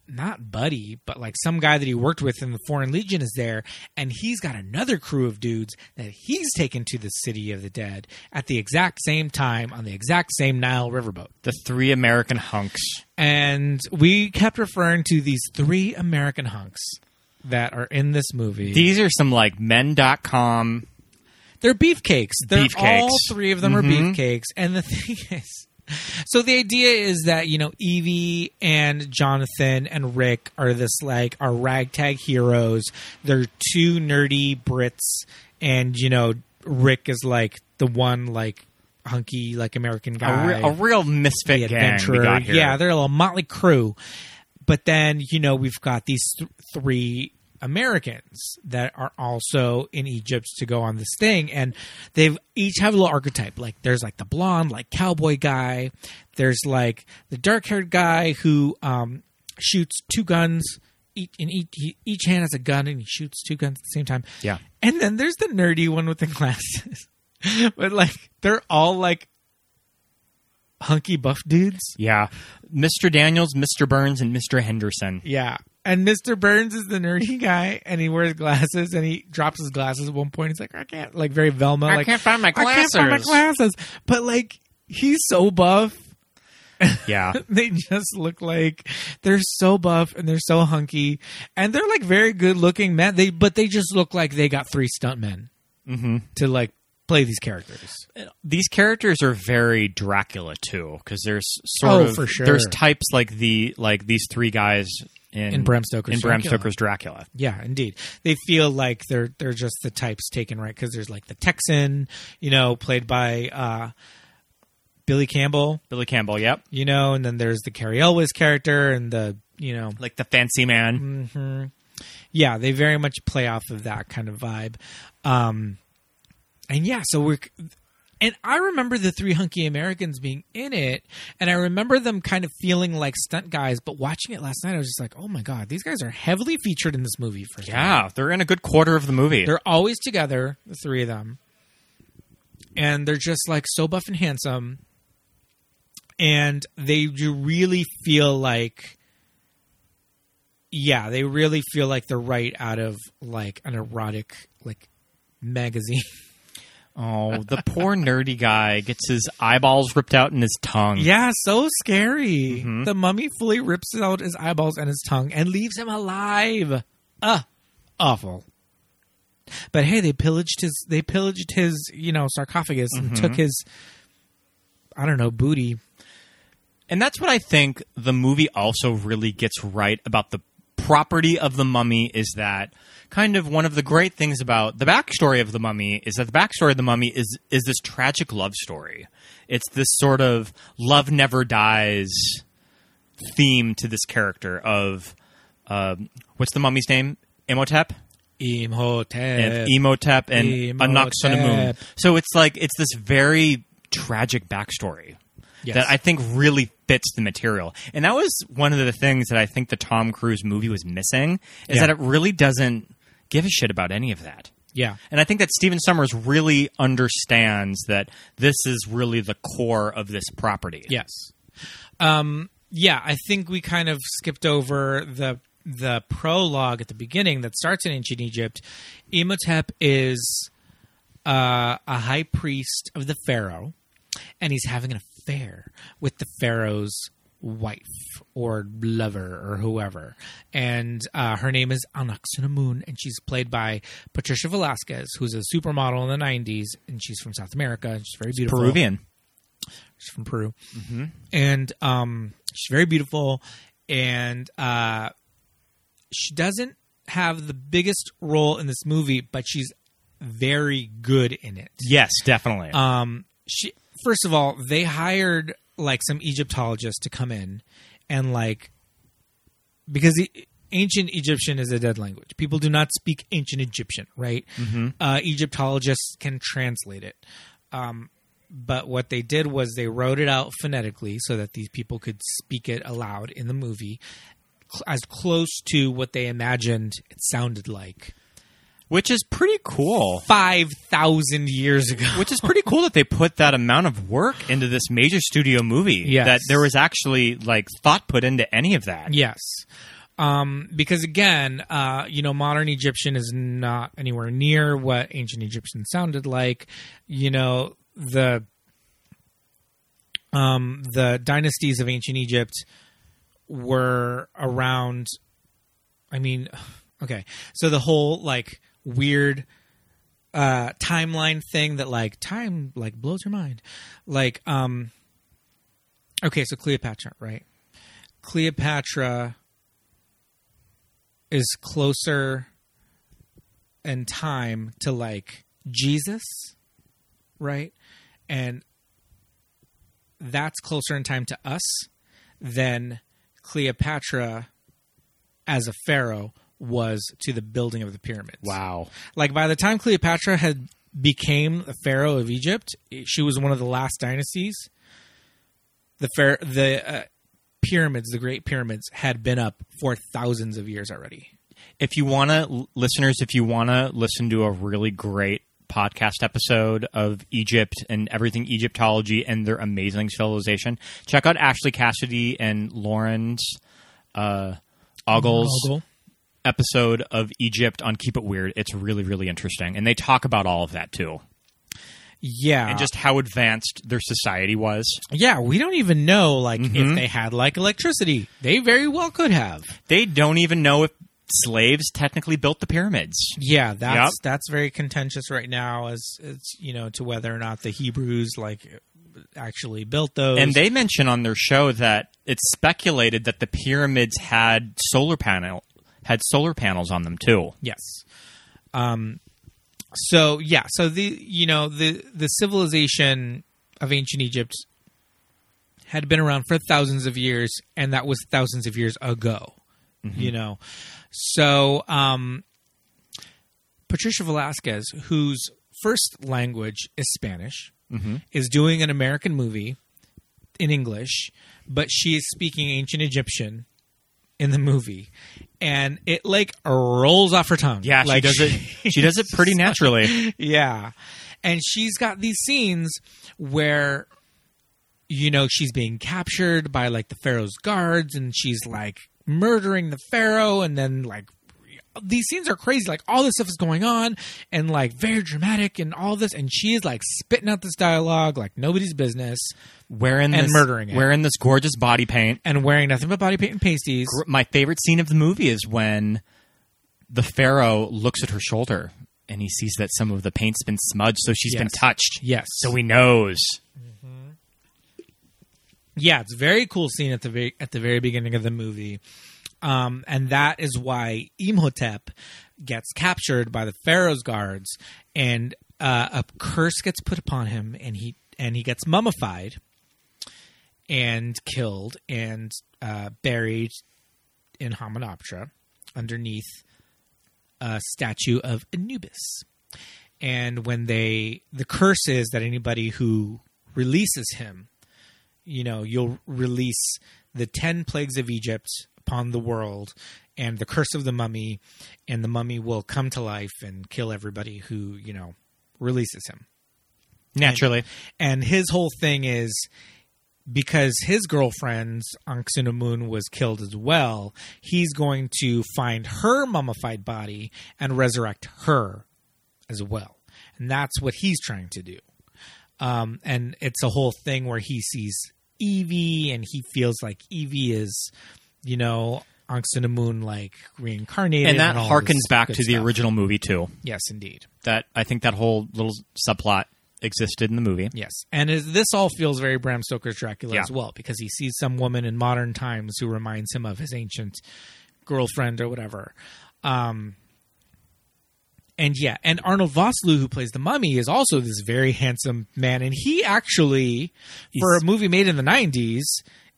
S8: not buddy, but like some guy that he worked with in the Foreign Legion is there, and he's got another crew of dudes that he's taken to the city of the dead at the exact same time on the exact same Nile riverboat.
S9: The three American hunks.
S8: And we kept referring to these three American hunks that are in this movie.
S9: These are some like men.com.
S8: They're beefcakes. They're
S9: Beefcakes. Mm-hmm.
S8: all three of them are beefcakes. And the thing is, so the idea is that you know Evie and Jonathan and Rick are this like are ragtag heroes. They're two nerdy Brits, and you know Rick is like the one like hunky like American
S9: A,
S8: guy,
S9: re- a real misfit
S8: the
S9: gang we
S8: adventurer.
S9: got here.
S8: Yeah, they're a little motley crew. But then you know we've got these th- three Americans that are also in Egypt to go on this thing, and they've each have a little archetype. Like there's like the blonde, like cowboy guy. There's like the dark haired guy who um, shoots two guns. Each, in each, he, each hand has a gun and he shoots two guns at the same time.
S9: Yeah.
S8: And then there's the nerdy one with the glasses. but like they're all like hunky buff dudes.
S9: yeah. Mr. Daniels, Mr. Burns, and Mr. Henderson.
S8: Yeah. And Mr. Burns is the nerdy guy, and he wears glasses, and he drops his glasses at one point. He's like, I can't, like, very Velma. I like,
S9: can't find my
S8: I can't find my glasses. But, like, he's so buff.
S9: Yeah.
S8: They just look like they're so buff and they're so hunky, and they're like very good looking men. They but they just look like they got three stuntmen mm to like play these characters.
S9: these characters are very Dracula too, because there's sort
S8: Oh,
S9: of
S8: for sure.
S9: there's types like the like these three guys in,
S8: In Bram Stoker's
S9: in Bram
S8: Dracula.
S9: Stoker's Dracula.
S8: Yeah, indeed. They feel like they're they're just the types taken right because there's like the Texan, you know, played by uh, Billy Campbell,
S9: Billy Campbell, yep,
S8: you know, and then there's the Carrie Elwes character and the you know,
S9: like the fancy man.
S8: Mm. yeah, they very much play off of that kind of vibe, um, and yeah, so we're. And I remember the three hunky Americans being in it, and I remember them kind of feeling like stunt guys. But watching it last night, I was just like, "Oh my god, these guys are heavily featured in this movie." For sure.
S9: Yeah, Ah, they're in a good quarter of the movie.
S8: They're always together, the three of them. And they're just like so buff and handsome. And they do really feel like yeah, they really feel like they're right out of like an erotic like magazine.
S9: oh, the poor nerdy guy gets his eyeballs ripped out and his tongue.
S8: Yeah, so scary. The mummy fully rips out his eyeballs and his tongue and leaves him alive. Ugh, awful. But hey, they pillaged his. They pillaged his, you know, sarcophagus and took his. I don't know booty.
S9: And that's what I think the movie also really gets right about the property of the mummy is that kind of one of the great things about the backstory of the mummy is that the backstory of the mummy is is this tragic love story. It's this sort of love never dies theme to this character of um, what's the mummy's name? Imhotep?
S8: Imhotep.
S9: and Emotep and
S8: Emotep.
S9: Anaxonamun. So it's like it's this very tragic backstory
S8: Yes.
S9: that I think really fits the material. And that was one of the things that I think the Tom Cruise movie was missing is
S8: Yeah.
S9: that it really doesn't give a shit about any of that.
S8: yeah,
S9: And I think that Steven Summers really understands that this is really the core of this property.
S8: yes, um, yeah. I think we kind of skipped over the the prologue at the beginning that starts in ancient Egypt. Imhotep is uh, a high priest of the pharaoh, and he's having an affair with the pharaoh's wife or lover or whoever, and uh, her name is Anaxunamun, and she's played by Patricia Velasquez, who's a supermodel in the '90s, and she's from South America, and she's very beautiful,
S9: Peruvian.
S8: She's from Peru, and um, she's very beautiful, and uh, she doesn't have the biggest role in this movie, but she's very good in it.
S9: Yes, definitely.
S8: Um, she first of all, they hired like some Egyptologist to come in and like because the ancient Egyptian is a dead language. People do not speak ancient Egyptian, right? Uh, Egyptologists can translate it. Um, but what they did was they wrote it out phonetically so that these people could speak it aloud in the movie cl- as close to what they imagined it sounded like
S9: Which is pretty cool.
S8: 5,000 years ago.
S9: Which is pretty cool that they put that amount of work into this major studio movie.
S8: Yes.
S9: That there was actually like thought put into any of that.
S8: Yes. Um, because again, uh, you know, modern Egyptian is not anywhere near what ancient Egyptian sounded like. You know, the um, the dynasties of ancient Egypt were around. I mean, okay, so the whole like weird uh, timeline thing that like time like blows your mind, like um, okay, so Cleopatra, right? Cleopatra is closer in time to like Jesus, right? And that's closer in time to us than Cleopatra as a pharaoh was to the building of the pyramids.
S9: Wow.
S8: Like by the time Cleopatra had became the pharaoh of Egypt, she was one of the last dynasties. The pharaoh, the uh, pyramids, the Great Pyramids, had been up for thousands of years already.
S9: If you want to, listeners, if you want to listen to a really great podcast episode of Egypt and everything Egyptology and their amazing civilization, check out Ashley Cassidy and Lauren's uh, Ogles. episode of Egypt on Keep It Weird. It's really, really interesting. And they talk about all of that too.
S8: Yeah,
S9: and just how advanced their society was.
S8: yeah, we don't even
S9: Mm-hmm.
S8: know like if they had like electricity. They very well could have.
S9: They don't even know if slaves technically built the pyramids.
S8: Yeah, that's
S9: Yep.
S8: that's very contentious right now as it's you know to whether or not the Hebrews like actually built those.
S9: And they mention on their show that it's speculated that the pyramids had solar panel had solar panels on them too.
S8: yes. Um so yeah, so the you know the the civilization of ancient Egypt had been around for thousands of years and that was thousands of years ago.
S9: Mm-hmm.
S8: You know. So um Patricia Velasquez, whose first language is Spanish,
S9: Mm-hmm.
S8: is doing an American movie in English, but she is speaking ancient Egyptian in the movie, and it like rolls off her tongue.
S9: Yeah,
S8: like,
S9: she does it. She does it pretty naturally.
S8: yeah, and she's got these scenes where you know she's being captured by like the pharaoh's guards, and she's like murdering the pharaoh, and then like these scenes are crazy. Like all this stuff is going on, and like very dramatic, and all this, and she is like spitting out this dialogue like nobody's business,
S9: Wearing
S8: And
S9: this,
S8: murdering it.
S9: Wearing this gorgeous body paint.
S8: and wearing nothing but body paint and pasties.
S9: Gr- My favorite scene of the movie is when the pharaoh looks at her shoulder and he sees that some of the paint's been smudged, so she's been
S8: Yes.
S9: touched.
S8: Yes.
S9: So he knows.
S8: yeah, it's a very cool scene at the very, at the very beginning of the movie, um, and that is why Imhotep gets captured by the Pharaoh's guards, and uh, a curse gets put upon him, and he and he gets mummified and killed and uh, buried in Hamunaptra underneath a statue of Anubis. And when they, the curse is that anybody who releases him you know, you'll release the 10 plagues of Egypt upon the world and the curse of the mummy, and the mummy will come to life and kill everybody who, you know, releases him.
S9: Naturally.
S8: And his whole thing is because his girlfriend, Anksunamun, was killed as well, he's going to find her mummified body and resurrect her as well. And that's what he's trying to do. Um, and it's a whole thing where he sees Evie and he feels like Evie is, you know, Anksunamun like reincarnated.
S9: and that
S8: all this
S9: harkens back
S8: good
S9: to the
S8: stuff.
S9: original movie too.
S8: Yes, indeed.
S9: That I think that whole little subplot existed in the movie.
S8: Yes, and is, this all feels very Bram Stoker's Dracula
S9: Yeah.
S8: as well because he sees some woman in modern times who reminds him of his ancient girlfriend or whatever. Um, and yeah, and Arnold Vosloo, who plays the mummy, is also this very handsome man, and he actually, for a movie made in the '90s,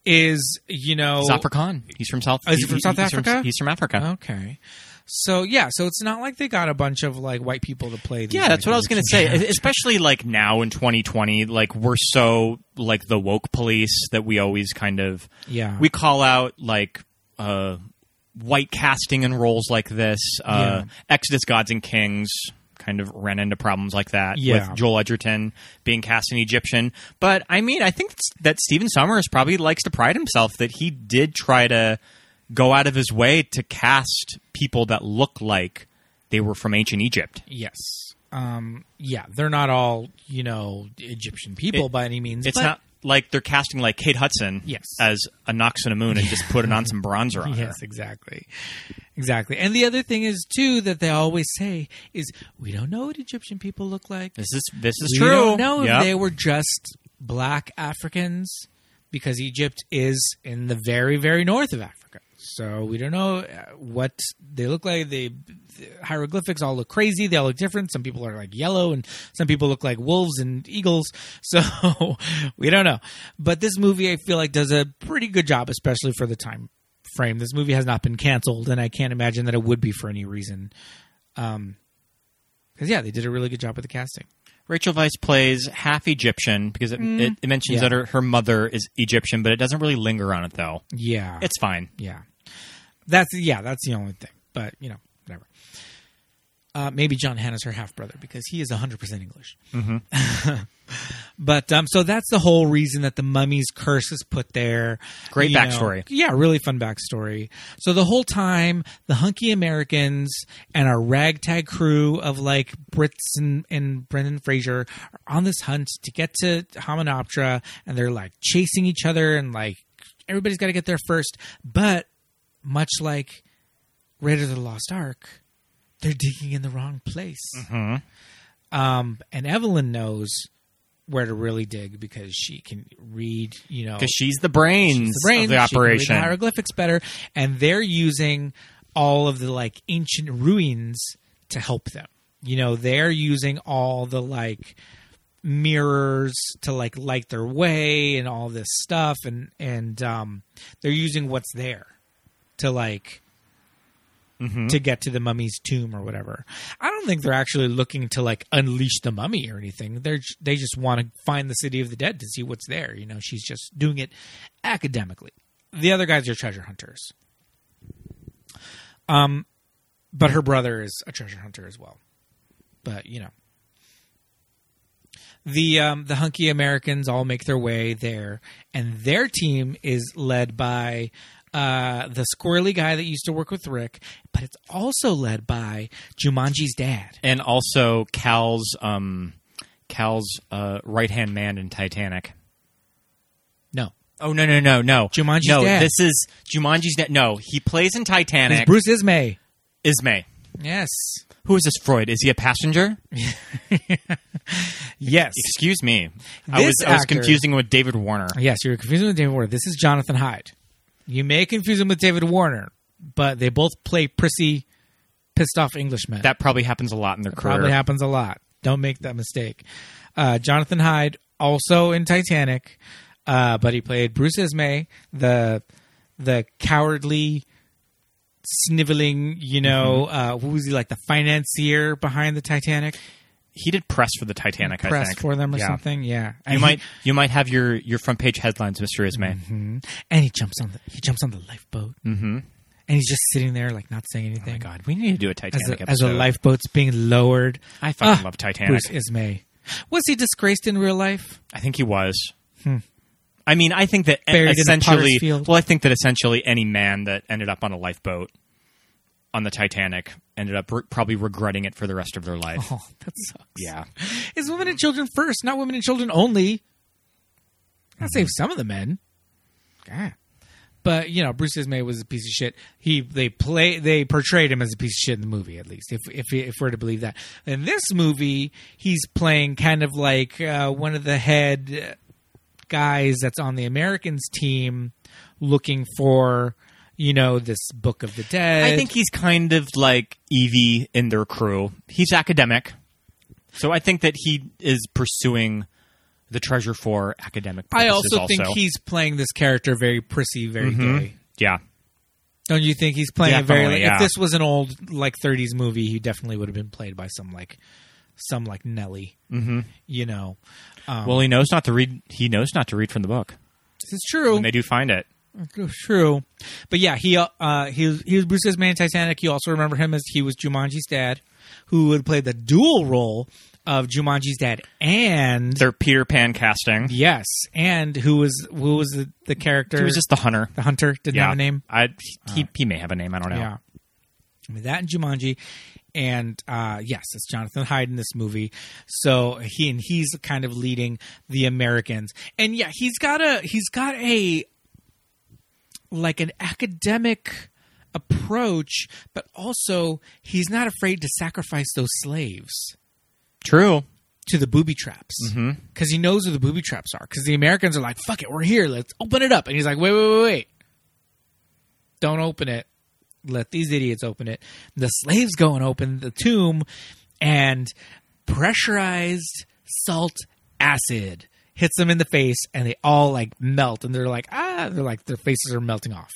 S8: is you know
S9: He's Zafar Khan. He's from South.
S8: Oh, is he from South
S9: he's
S8: Africa? Oh.
S9: he's from Africa.
S8: okay. So yeah, so it's not like they got a bunch of like white people to play. these,
S9: Yeah, that's
S8: like,
S9: what I was going to say.
S8: Egyptian-
S9: Especially like now in 2020, like we're so like the woke police that we always kind of
S8: Yeah.
S9: we call out like uh, white casting in roles like this. Uh, Exodus Gods and Kings kind of ran into problems like that
S8: Yeah.
S9: with Joel Edgerton being cast in Egyptian. But I mean, I think s- that Steven Summers probably likes to pride himself that he did try to go out of his way to cast people that look like they were from ancient Egypt.
S8: Yes. Um, yeah, they're not all, you know, Egyptian people
S9: It-
S8: by any means.
S9: It's
S8: but-
S9: not like they're casting like Kate Hudson
S8: Yes.
S9: as a Nox and a Moon and just putting on some bronzer on her.
S8: Yes, exactly. Exactly. And the other thing is, too, that they always say is we don't know what Egyptian people look like.
S9: This is this is
S8: we
S9: true.
S8: don't know
S9: Yep.
S8: if they were just black Africans because Egypt is in the very, very north of Africa. So we don't know uh, what they look like. They the hieroglyphics all look crazy. They all look different. Some people are like yellow, and some people look like wolves and eagles. So we don't know. But this movie, I feel like, does a pretty good job, especially for the time frame. This movie has not been canceled, and I can't imagine that it would be for any reason. Because yeah, they did a really good job with the casting.
S9: Rachel Weisz plays half Egyptian because it, it, it mentions
S8: Yeah.
S9: that her, her mother is Egyptian, but it doesn't really linger on it though.
S8: Yeah,
S9: It's fine.
S8: Yeah. That's yeah, that's the only thing. But you know, whatever. Uh, maybe John Hannah's her half brother because he is 100% English.
S9: Mm-hmm.
S8: but um, so that's the whole reason that the mummy's curse is put there.
S9: Great
S8: know.
S9: backstory.
S8: yeah, really fun backstory. So the whole time, the hunky Americans and our ragtag crew of like Brits and, and Brendan Fraser are on this hunt to get to Hominoptera and they're like chasing each other and like everybody's got to get there first. But much like Raiders of the Lost Ark, they're digging in the wrong place.
S9: Mm-hmm.
S8: Um, and Evelyn knows where to really dig because she can read, you know,
S9: because she's the brains,
S8: the brain,
S9: of the
S8: she can read
S9: operation.
S8: hieroglyphics better, and they're using all of the like ancient ruins to help them. You know, they're using all the like mirrors to like light their way and all this stuff, and and um, they're using what's there to like. To get to the mummy's tomb or whatever, I don't think they're actually looking to like unleash the mummy or anything. They're j- they just want to find the city of the dead to see what's there. You know, she's just doing it academically the other guys are treasure hunters. Um, but her brother is a treasure hunter as well. But you know, the um, the hunky Americans all make their way there, and their team is led by uh, the squirrely guy that used to work with Rick, but it's also led by Jumanji's dad.
S9: and also Cal's um, Cal's uh, right hand man in Titanic.
S8: No,
S9: Oh no no no no!
S8: Jumanji's
S9: no.
S8: dad.
S9: This is Jumanji's dad. No, he plays in
S8: it's
S9: Titanic.
S8: Bruce Ismay.
S9: Ismay.
S8: Yes,
S9: Who is this Freud? Is he a passenger?
S8: yes,
S9: Excuse me. I
S8: This
S9: was I was
S8: actor-
S9: confusing him with David Warner.
S8: Yes, you're confusing him with David Warner. This is Jonathan Hyde. You may confuse him with David Warner, but they both play prissy, pissed off Englishmen.
S9: That probably happens a lot in their career.
S8: probably happens a lot. Don't make that mistake. Uh, Jonathan Hyde also in Titanic, uh, but he played Bruce Ismay, the the cowardly, sniveling. You know,
S9: Mm-hmm.
S8: uh, who was he like the financier behind the Titanic?
S9: He did press for the Titanic. I
S8: Press
S9: think
S8: for them or
S9: Yeah.
S8: something. Yeah,
S9: You
S8: And Mm-hmm.
S9: might you might have your, your front page headlines, Mister Ismay. Oh
S8: and he jumps on the he jumps on the lifeboat, mm-hmm. and he's just sitting there like not saying anything.
S9: Oh My God, we need to do a
S8: as
S9: Titanic
S8: a, Ah, as
S9: episode.
S8: a lifeboat's being lowered.
S9: I fucking love Titanic.
S8: Bruce Ismay. Was he disgraced in real life?
S9: I think he was. I mean, I think that
S8: Hmm. Buried in a
S9: essentially.
S8: potter's field.
S9: well, I think that essentially any man that ended up on a lifeboat on the Titanic ended up re- probably regretting it for the rest of their life.
S8: Oh, that sucks.
S9: Yeah,
S8: It's women and children first, not women and children only. That save
S9: Mm-hmm.
S8: some of the men. God. But you know, Bruce Ismay was a piece of shit. He they play they portrayed him as a piece of shit in the movie, at least if if if we're to believe that. In this movie, he's playing kind of like uh, one of the head uh, guys that's on the Americans team, looking for you know this Book of the Dead.
S9: I think he's kind of like Evie in their crew. He's academic, so I think that he is pursuing the treasure for academic
S8: I
S9: purposes.
S8: also, think he's playing this character very prissy, very
S9: Mm-hmm.
S8: gay.
S9: yeah.
S8: Don't you think he's playing it very?
S9: Definitely, yeah.
S8: If this was an old like '30s movie, he definitely would have been played by some like some like Nelly. Mm-hmm. You know,
S9: well, he knows not to read. He knows not to read from the book.
S8: this is true.
S9: When they do find it,
S8: It's true, but yeah, he uh, uh, he was, he was Bruce Ismay in Titanic. You also remember him as he was Jumanji's dad, who would play the dual role of Jumanji's dad and
S9: they're Peter Pan casting.
S8: yes, and who was who was the, the character?
S9: He was just the hunter. Uh.
S8: the hunter. Didn't
S9: yeah.
S8: have a name.
S9: I he, he may have a name. I don't know.
S8: Yeah. I mean, that and Jumanji. And uh, yes, it's Jonathan Hyde in this movie. So he and he's kind of leading the Americans. And yeah, he's got a he's got a like an academic approach, but also he's not afraid to sacrifice those slaves
S9: True.
S8: to the booby traps because he knows where the booby traps are. Because the Americans are like, "Fuck it, we're here. Let's open it up." And he's like, "Wait, wait, wait, wait! Don't open it. Let these idiots open it." The slaves go and open the tomb, and pressurized salt acid hits them in the face, and they all like melt, and they're like, "Ah!" They're like, their faces are melting off.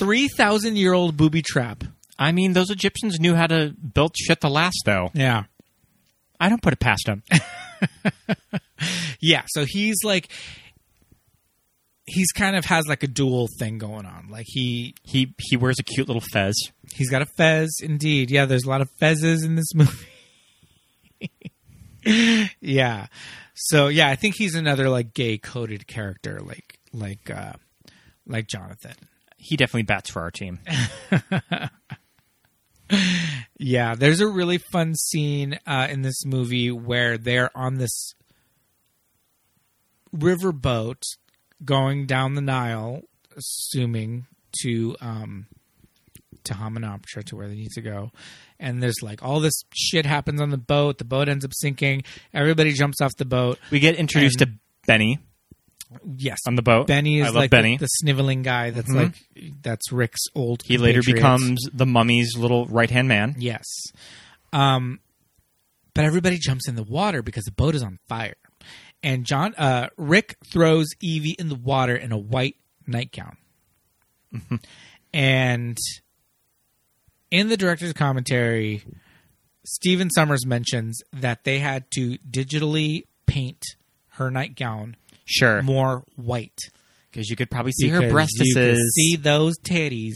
S8: Three thousand year old booby trap.
S9: I mean, those Egyptians knew how to build shit to last, though.
S8: Yeah.
S9: I don't put it past them.
S8: Yeah, so he's like he's kind of has like a dual thing going on. Like he
S9: he he wears a cute little fez.
S8: he's got a fez indeed. Yeah, there's a lot of fezes in this movie. yeah. So yeah, I think he's another like gay coded character like like uh like Jonathan.
S9: He definitely bats for our team.
S8: Yeah, there's a really fun scene uh, in this movie where they're on this riverboat going down the Nile, assuming to um, Tahamanoptra to where they need to go. And there's like all this shit happens on the boat. The boat ends up sinking. Everybody jumps off the boat.
S9: We get introduced to Benny.
S8: Yes,
S9: On the boat.
S8: Benny is
S9: I love
S8: like the-
S9: Benny. Mm-hmm.
S8: The, sniveling guy. That's like that's Rick's old.
S9: He later
S8: compatriot.
S9: becomes the mummy's little right hand man.
S8: Yes. Um, but everybody jumps in the water because the boat is on fire. And John uh, Rick throws Evie in the water in a white nightgown.
S9: Mm-hmm.
S8: and in the director's commentary, Stephen Summers mentions that they had to digitally paint her nightgown
S9: Sure,
S8: more white.
S9: because you could probably see her
S8: Because You
S9: breastises.
S8: could see those titties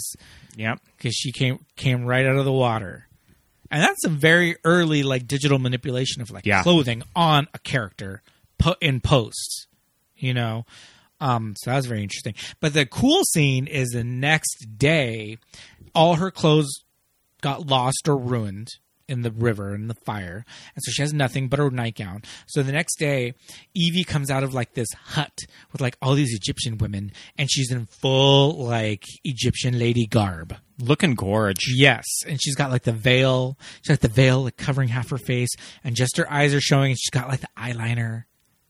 S9: Yep.
S8: because she came came right out of the water, and that's some very early like digital manipulation of like
S9: Yeah.
S8: clothing on a character po- in post, you know. Um, so that was very interesting. But the cool scene is the next day, all her clothes got lost or ruined in the river in the fire, and so she has nothing but her nightgown. So the next day, Evie comes out of like this hut with like all these Egyptian women, and she's in full like Egyptian lady garb.
S9: Looking gorge.
S8: Yes, and she's got like the veil. She's got the veil like covering half her face, and just her eyes are showing. And she's got like the eyeliner,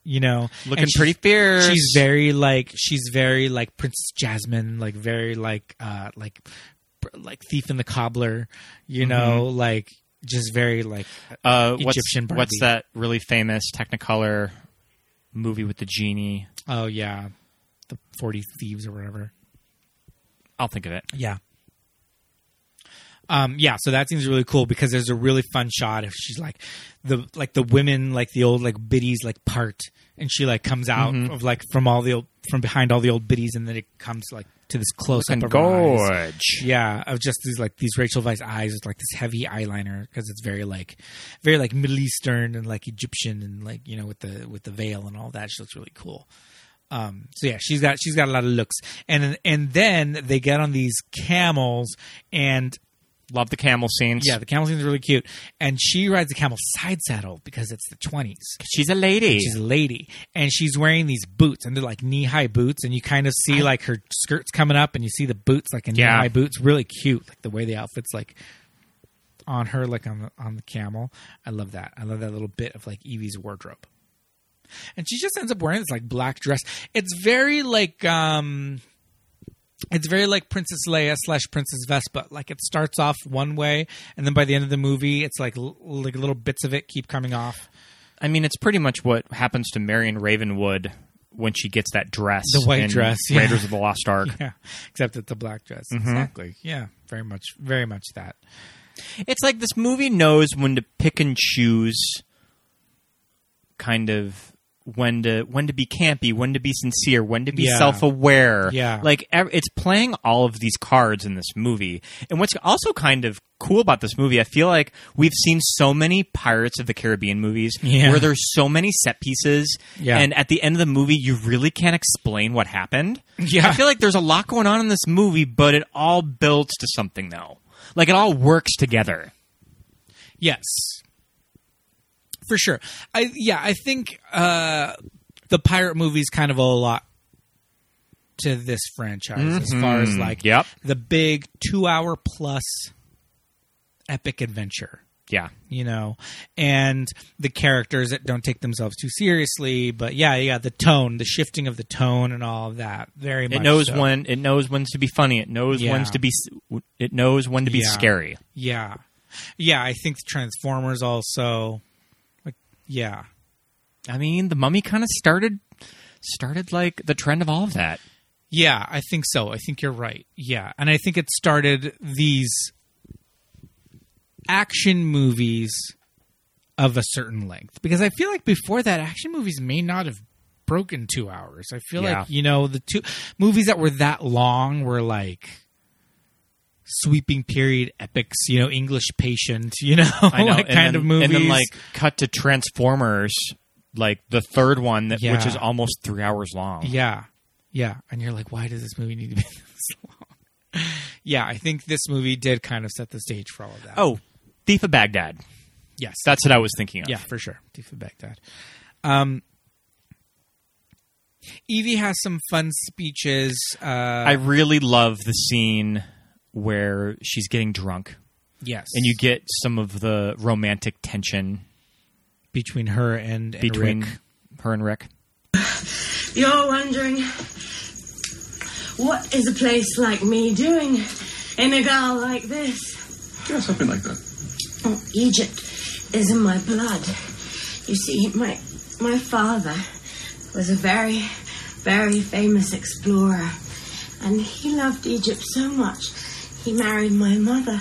S8: you know,
S9: Looking
S8: And she's-
S9: pretty fierce.
S8: She's very like she's very like Princess Jasmine, like very like uh like like thief and the cobbler, you
S9: Mm-hmm.
S8: know, like just very like
S9: Uh, what's,
S8: Egyptian Barbie.
S9: what's that really famous Technicolor movie with the genie?
S8: oh yeah, the forty thieves or whatever.
S9: I'll think of it.
S8: Yeah. Um, yeah, so that seems really cool because there's a really fun shot if she's like the like the women like the old like biddies like part and she like comes out of like from all the old from behind all the old biddies and then it comes like to this close up
S9: Looking
S8: of her eyes.
S9: gorge.
S8: Yeah, of just these like these Rachel Vice eyes with like this heavy eyeliner because it's very like very like Middle Eastern and like Egyptian and like you know with the with the veil and all that. She looks really cool. Um, so yeah, she's got she's got a lot of looks, and and then they get on these camels, and
S9: Love the camel scenes.
S8: yeah, the camel scene's really cute. And she rides a camel side saddle because it's the twenties.
S9: She's a lady.
S8: She's a lady, and she's wearing these boots, and they're like knee high boots, and you kind of see like her skirts coming up, and you see the boots like in
S9: Yeah.
S8: knee high boots, really cute, like the way the outfits like on her, like on the, on the camel. I love that. I love that little bit of like Evie's wardrobe, and she just ends up wearing this like black dress. It's very like um. It's very like Princess Leia slash Princess Vespa. Like it starts off one way, and then by the end of the movie, it's like l- like little bits of it keep coming off.
S9: I mean, it's pretty much what happens to Marion Ravenwood when she gets that dress.
S8: The white
S9: in
S8: dress, yeah.
S9: Raiders of the Lost Ark.
S8: Yeah, except it's a black dress.
S9: Mm-hmm.
S8: Exactly. Yeah, very much, very much that.
S9: It's like this movie knows when to pick and choose kind of when to when to be campy, when to be sincere, when to be
S8: Yeah.
S9: self-aware.
S8: Yeah.
S9: Like ev- it's playing all of these cards in this movie. And what's also kind of cool about this movie, I feel like we've seen so many Pirates of the Caribbean movies
S8: Yeah.
S9: where there's so many set pieces
S8: Yeah.
S9: and at the end of the movie you really can't explain what happened.
S8: Yeah.
S9: I feel like there's a lot going on in this movie, but it all builds to something though. Like it all works together.
S8: Yes, for sure. I yeah, I think uh, the pirate movies kind of owe a lot to this franchise as far as like
S9: Mm-hmm. Yep.
S8: the big two-hour plus epic adventure.
S9: Yeah.
S8: you know, and the characters that don't take themselves too seriously. But yeah, yeah, the tone, the shifting of the tone, and all of that. Very much.
S9: It knows
S8: so.
S9: when it knows when's to be funny. It knows
S8: Yeah.
S9: when's to be s- it knows when to be
S8: Yeah.
S9: scary.
S8: Yeah, yeah. I think the Transformers also. Like, yeah,
S9: I mean, the mummy kind of started started like the trend of all of that.
S8: yeah. I think so. I think you're right. Yeah, and I think it started these action movies of a certain length because I feel like before that, action movies may not have broken two hours. I feel
S9: Yeah.
S8: like you know the two movies that were that long were like sweeping period epics. You know, English Patient. You know,
S9: I know
S8: like
S9: and
S8: kind
S9: then-
S8: of movies.
S9: And then like cut to Transformers, like the third one that which
S8: Yeah.
S9: is almost three hours long.
S8: Yeah. Yeah. And you're like, why does this movie need to be this long? Yeah, I think this movie did kind of set the stage for all of that.
S9: Oh, Thief of Baghdad.
S8: yes.
S9: That's what I was thinking of.
S8: yeah, for sure. Thief of Baghdad. Um Evie has some fun speeches. Uh
S9: I really love the scene where she's getting drunk,
S8: Yes.
S9: and you get some of the romantic tension
S8: between her and, and
S9: between
S8: Rick.
S9: her and Rick.
S1: You're wondering what is a place like me doing in a gal like this?
S4: Yeah, something like that.
S1: Oh, Egypt is in my blood. You see, my my father was a very, very famous explorer, and he loved Egypt so much he married my mother,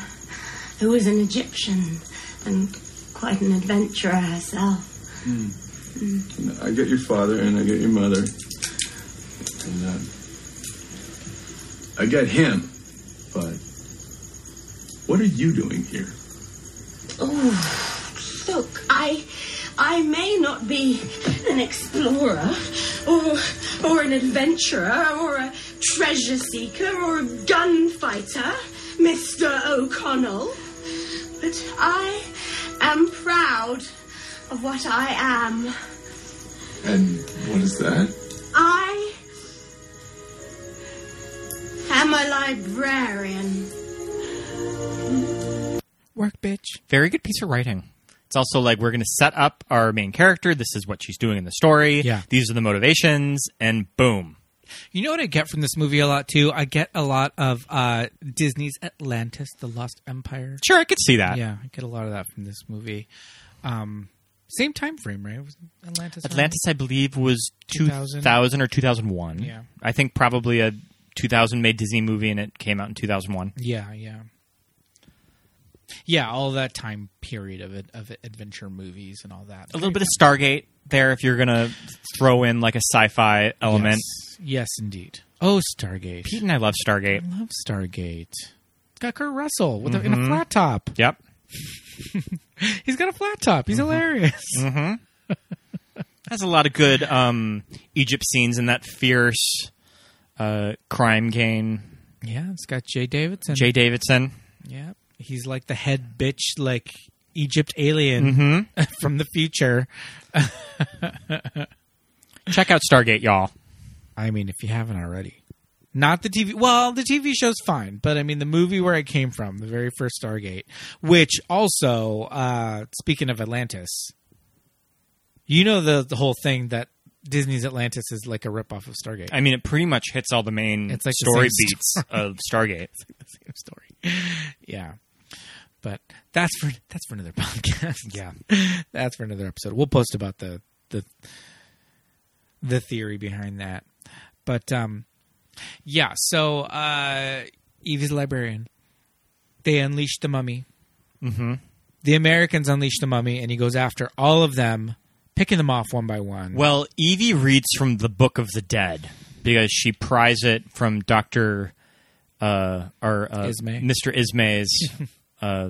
S1: who was an Egyptian and quite an adventurer herself.
S4: I get your father and I get your mother. And uh, I get him. But what are you doing here?
S1: Oh, look, I, I may not be an explorer, or or an adventurer, or a treasure seeker, or a gunfighter, Mister O'Connell, but I am proud of what I am.
S4: And what is that?
S1: I am a librarian.
S8: Work, bitch.
S9: Very good piece of writing. It's also like we're going to set up our main character. This is what she's doing in the story.
S8: Yeah.
S9: These are the motivations, and boom.
S8: You know what I get from this movie a lot too? I get a lot of uh, Disney's Atlantis: The Lost Empire.
S9: Sure, I could see that.
S8: Yeah, I get a lot of that from this movie. Um, same time frame, right? Was Atlantis. around?
S9: Atlantis, I believe, was
S8: 2000.
S9: 2000, or 2001.
S8: Yeah.
S9: I think probably a 2000 made Disney movie, and it came out in 2001.
S8: Yeah, yeah, yeah. All that time period of it of adventure movies and all that.
S9: A little bit of Stargate there if you're going to throw in like a sci fi element.
S8: Yes, yes, indeed. Oh, Stargate.
S9: Pete and I love Stargate.
S8: I love Stargate. It's got Kurt Russell with a, in
S9: Mm-hmm.
S8: a flat top.
S9: Yep.
S8: He's got a flat top.
S9: Mm-hmm.
S8: He's hilarious.
S9: Has a lot of good um, Egypt scenes in that fierce uh, crime game.
S8: Yeah, it's got Jay Davidson.
S9: Jay Davidson.
S8: Yeah, he's like the head bitch, like Egypt alien
S9: Mm-hmm.
S8: from the future.
S9: Check out Stargate, y'all.
S8: I mean, if you haven't already, not the TV. Well, the TV show's fine, but I mean, the movie where it came from, the very first Stargate, which also, uh, speaking of Atlantis, you know the the whole thing that Disney's Atlantis is like a ripoff of Stargate.
S9: I mean, it pretty much hits all the main
S8: It's like the
S9: story
S8: same
S9: beats of Stargate.
S8: the same story. Yeah. But that's for that's for another podcast. Yeah. that's for another episode. We'll post about the the the theory behind that. But um yeah, so uh Evie's librarian. They unleash the mummy. Mm-hmm. The Americans unleash the mummy and he goes after all of them, picking them off one by one.
S9: Well, Evie reads from the Book of the Dead because she pries it from Doctor uh, or uh,
S8: Ismay.
S9: Mr. Ismay's uh,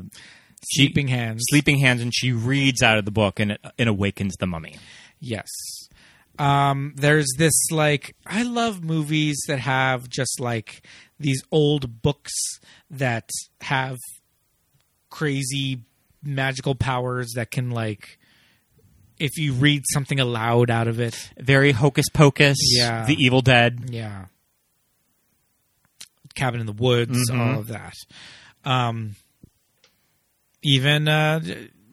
S9: she-
S8: Sleeping hands.
S9: sleeping hands, and she reads out of the book and it, it awakens the mummy.
S8: Yes. Um, there's this like I love movies that have just like these old books that have crazy magical powers that can like if you read something aloud out of it.
S9: Very hocus pocus.
S8: Yeah.
S9: The Evil Dead.
S8: Yeah. Cabin in the Woods,
S9: Mm-hmm.
S8: all of that. Um, even uh,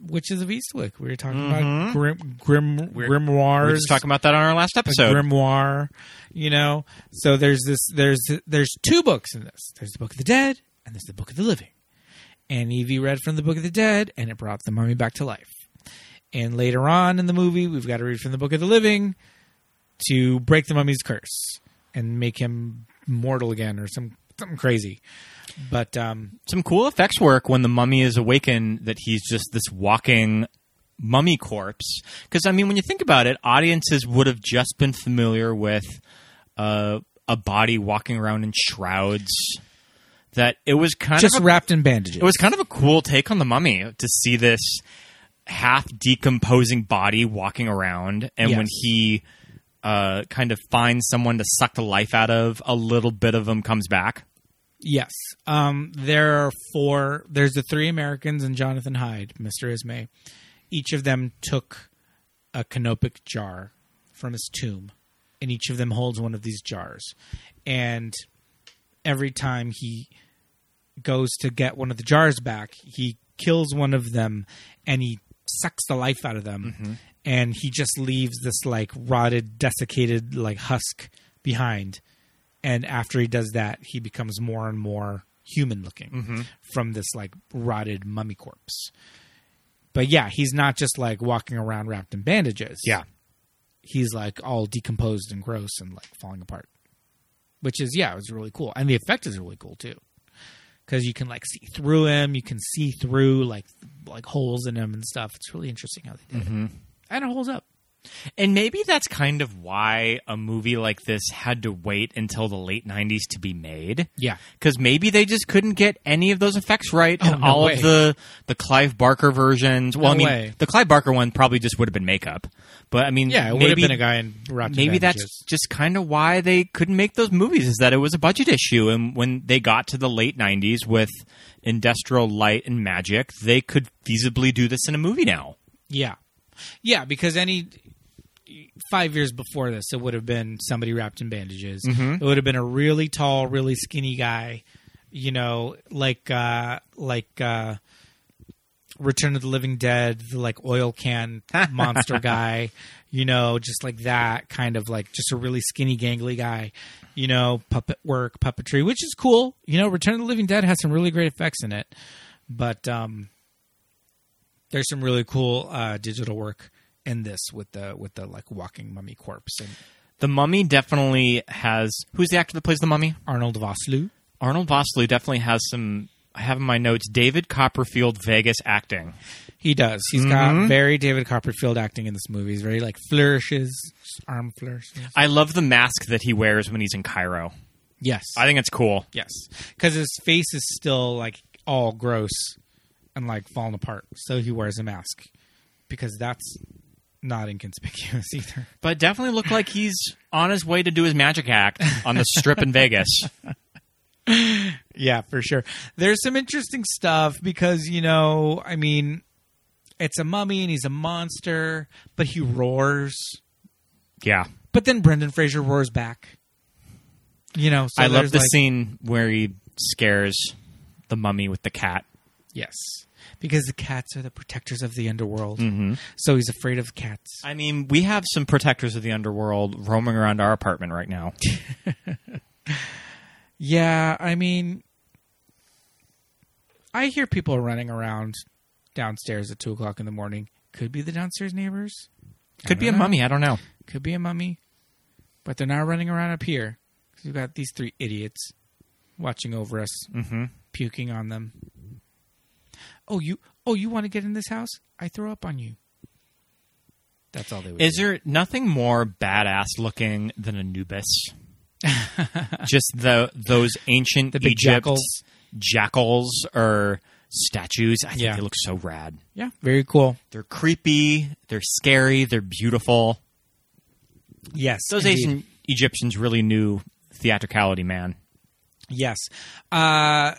S8: Witches of Eastwick. We were talking about grim, grim, grimoires.
S9: We Mm-hmm. were just talking about that on our last
S8: a
S9: episode.
S8: grimoire, you know. So there's this there's there's two books in this. There's the Book of the Dead and there's the Book of the Living. And Evie read from the Book of the Dead and it brought the mummy back to life. And later on in the movie, we've got to read from the Book of the Living to break the mummy's curse and make him mortal again or some something crazy. But um
S9: Some cool effects work when the mummy is awakened that he's just this walking mummy corpse. Because, I mean, when you think about it, audiences would have just been familiar with uh, a body walking around in shrouds. That it was kind
S8: just
S9: of a,
S8: wrapped in bandages.
S9: it was kind of a cool take on the mummy to see this half decomposing body walking around, and when
S8: Yes.
S9: he uh, kind of finds someone to suck the life out of, a little bit of him comes back.
S8: Yes. Um, there are four. There's the three Americans and Jonathan Hyde, Mr. Ismay. Each of them took a canopic jar from his tomb, and each of them holds one of these jars. And every time he goes to get one of the jars back, he kills one of them and he sucks the life out of them. And he just leaves this like rotted, desiccated like husk behind. And after he does that, he becomes more and more human looking from this like rotted mummy corpse. But yeah, he's not just like walking around wrapped in bandages.
S9: Yeah.
S8: He's like all decomposed and gross and like falling apart. Which is yeah, it was really cool. And the effect is really cool too because you can like see through him. You can see through like like holes in him and stuff. It's really interesting how they did it, and it holds up.
S9: And maybe that's kind of why a movie like this had to wait until the late 90s to be made.
S8: Yeah.
S9: Because maybe they just couldn't get any of those effects right in
S8: Oh, no
S9: all
S8: way.
S9: of the, the Clive Barker versions. Well,
S8: No
S9: I mean,
S8: way.
S9: the Clive Barker one probably just would have been makeup. But I mean,
S8: Yeah, it would have
S9: maybe,
S8: been a guy in wrapped
S9: maybe
S8: in
S9: that's just kind of why they couldn't make those movies is that it was a budget issue. And when they got to the late 90s with industrial light and magic, they could feasibly do this in a movie now.
S8: yeah, yeah. Because any five years before this, it would have been somebody wrapped in bandages. It would have been a really tall, really skinny guy. You know, like uh like uh Return of the Living Dead, the like oil can monster guy, you know, just like that kind of like just a really skinny, gangly guy, you know, puppet work, puppetry, which is cool. You know, Return of the Living Dead has some really great effects in it, but um, there's some really cool uh, digital work in this with the with the like walking mummy corpse and
S9: The Mummy definitely has. Who's the actor that plays the Mummy?
S8: Arnold Vosloo.
S9: Arnold Vosloo definitely has some. I have in my notes David Copperfield Vegas acting.
S8: He does. He's got very David Copperfield acting in this movie. He's very like flourishes, just arm flourishes.
S9: I love the mask that he wears when he's in Cairo.
S8: Yes.
S9: I think it's cool.
S8: Yes, because his face is still like all gross and like falling apart, so he wears a mask because that's not inconspicuous either.
S9: But definitely looked like he's on his way to do his magic act on the strip in Vegas.
S8: Yeah, for sure. There's some interesting stuff because you know, I mean, it's a mummy and he's a monster, but he roars.
S9: Yeah.
S8: But then Brendan Fraser roars back. You know, so
S9: I love
S8: there's,
S9: the
S8: like-
S9: scene where he scares the mummy with the cat.
S8: Yes, because the cats are the protectors of the underworld,
S9: Mm-hmm.
S8: so he's afraid of cats.
S9: I mean, we have some protectors of the underworld roaming around our apartment right now.
S8: Yeah, I mean, I hear people running around downstairs at two o'clock in the morning. Could be the downstairs neighbors.
S9: Could be a
S8: don't know.
S9: mummy. I don't know.
S8: Could be a mummy, but they're not running around up here because we've got these three idiots watching over us, mm-hmm. puking on them. Oh, you! Oh, you want to get in this house? I throw up on you. That's all they would.
S9: Is
S8: do.
S9: there nothing more badass looking than Anubis? Just the those ancient
S8: The big
S9: Egypt
S8: jackals.
S9: jackals or statues. I think
S8: Yeah.
S9: they look so rad.
S8: Yeah, very cool.
S9: They're creepy. They're scary. They're beautiful.
S8: Yes,
S9: Those
S8: indeed.
S9: ancient Egyptians really knew theatricality, man.
S8: Yes. Uh,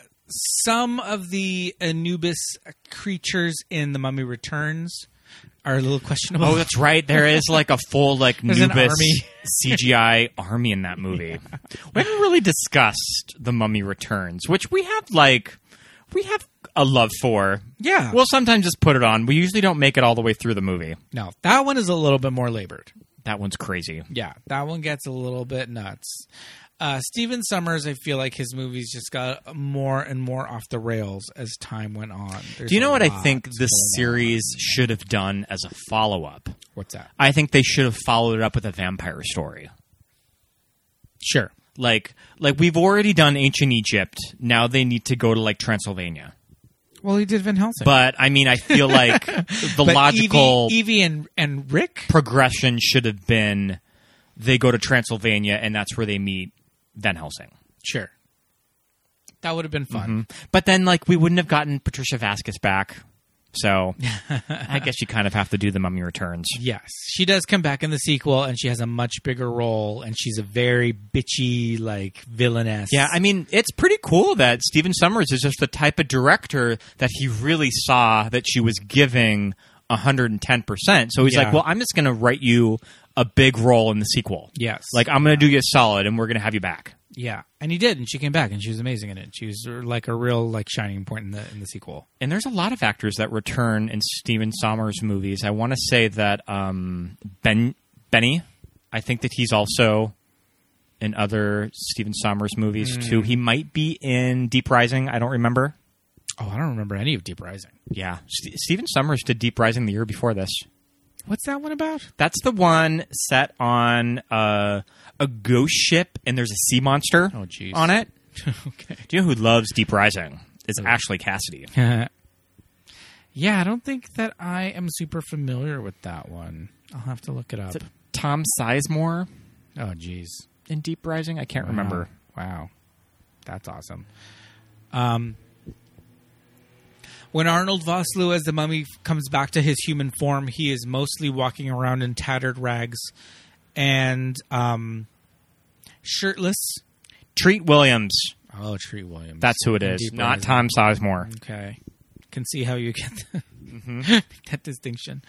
S8: some of the Anubis creatures in The Mummy Returns are a little questionable.
S9: Oh, that's right. There is like a full like
S8: There's an
S9: Anubis
S8: army.
S9: CGI army in that movie. We haven't really discussed The Mummy Returns, which we have like we have a love for.
S8: Yeah.
S9: We'll sometimes just put it on. We usually don't make it all the way through the movie.
S8: no, that one is a little bit more labored.
S9: That one's crazy.
S8: Yeah, that one gets a little bit nuts. Uh, Steven Summers, I feel like his movies just got more and more off the rails as time went on. There's
S9: Do you know
S8: a
S9: what I
S8: lot
S9: think this
S8: going on.
S9: series should have done as a follow up?
S8: What's that?
S9: I think they should have followed it up with a vampire story.
S8: Sure.
S9: Like like we've already done ancient Egypt. Now they need to go to like Transylvania.
S8: Well, he did Van Helsing.
S9: But I mean, I feel like the
S8: But
S9: logical
S8: Evie, Evie and, and Rick?
S9: progression should have been they go to Transylvania and that's where they meet Van Helsing.
S8: Sure. That would have been fun.
S9: But then, like, we wouldn't have gotten Patricia Vasquez back. So I guess you kind of have to do the Mummy Returns.
S8: Yes, she does come back in the sequel, and she has a much bigger role, and she's a very bitchy, like villainess.
S9: Yeah, I mean, it's pretty cool that Steven Summers is just the type of director that he really saw that she was giving 110%. So he's
S8: Yeah.
S9: like, well, I'm just going to write you a big role in the sequel.
S8: Yes.
S9: Like, I'm going to do you a solid and we're going to have you back.
S8: Yeah, and he did, and she came back, and she was amazing in it. She was uh, like a real like shining point in the in the sequel.
S9: And there's a lot of actors that return in Steven Sommers movies. I want to say that um, Ben Benny, I think that he's also in other Steven Sommers movies
S8: Mm.
S9: too. He might be in Deep Rising. I don't remember.
S8: Oh, I don't remember any of Deep Rising.
S9: Yeah, St- Steven Sommers did Deep Rising the year before this.
S8: What's that one about?
S9: That's the one set on uh, a ghost ship, and there's a sea monster
S8: Oh, jeez.
S9: on it.
S8: okay.
S9: Do you know who loves Deep Rising? It's Ashley Cassidy.
S8: yeah, I don't think that I am super familiar with that one. I'll have to look it up.
S9: Is it Tom Sizemore
S8: oh, jeez.
S9: in Deep Rising? I can't remember.
S8: Wow. That's awesome. Um, when Arnold Vosloo as the mummy f- comes back to his human form, he is mostly walking around in tattered rags and um, shirtless.
S9: Treat Williams.
S8: Oh, Tree Williams.
S9: That's who it is,
S8: Deep
S9: not
S8: Rising.
S9: Tom Sizemore.
S8: Okay. Can see how you get the, make that distinction.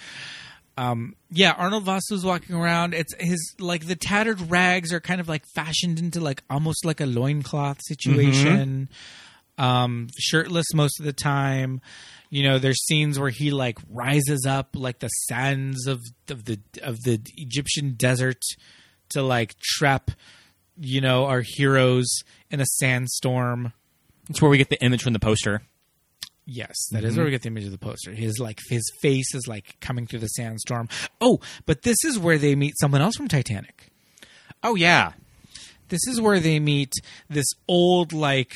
S8: Um, yeah, Arnold Vosloo's walking around. It's his like the tattered rags are kind of like fashioned into like almost like a loincloth situation. Um, shirtless most of the time. You know, there's scenes where he like rises up like the sands of of the of the Egyptian desert to like trap, you know, our heroes in a sandstorm.
S9: That's where we get the image from the poster.
S8: Yes, that is
S9: Mm-hmm.
S8: where we get the image of the poster. His like his face is like coming through the sandstorm. Oh, but this is where they meet someone else from Titanic.
S9: Oh yeah,
S8: This is where they meet this old like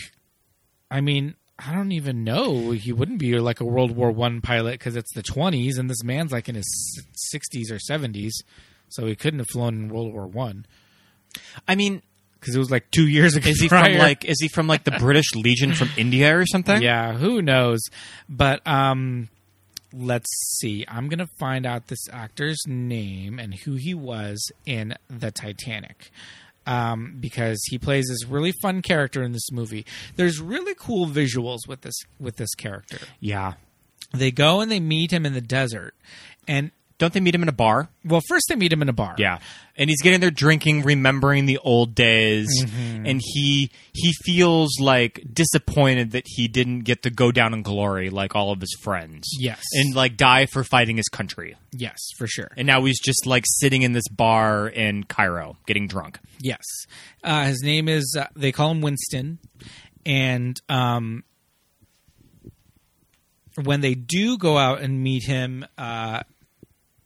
S8: I mean, I don't even know. He wouldn't be like a World War 1 pilot cuz it's the 20s and this man's like in his s- 60s or 70s, so he couldn't have flown in World War 1
S9: I mean,
S8: cuz it was like 2 years ago.
S9: is he
S8: prior.
S9: from like is he from like the British Legion from India or something?
S8: Yeah, who knows? But um let's see. I'm going to find out this actor's name and who he was in The Titanic. Um, because he plays this really fun character in this movie. There's really cool visuals with this with this character.
S9: yeah.
S8: They go and they meet him in the desert. And
S9: Don't they meet him in a bar?
S8: well, first they meet him in a bar.
S9: Yeah, and he's getting there drinking, remembering the old days, and he he feels like disappointed that he didn't get to go down in glory like all of his friends.
S8: Yes.
S9: and like die for fighting his country,
S8: Yes, for sure.
S9: and now he's just like sitting in this bar in Cairo getting drunk.
S8: Yes. Uh, his name is, uh, they call him Winston. And um, when they do go out and meet him uh,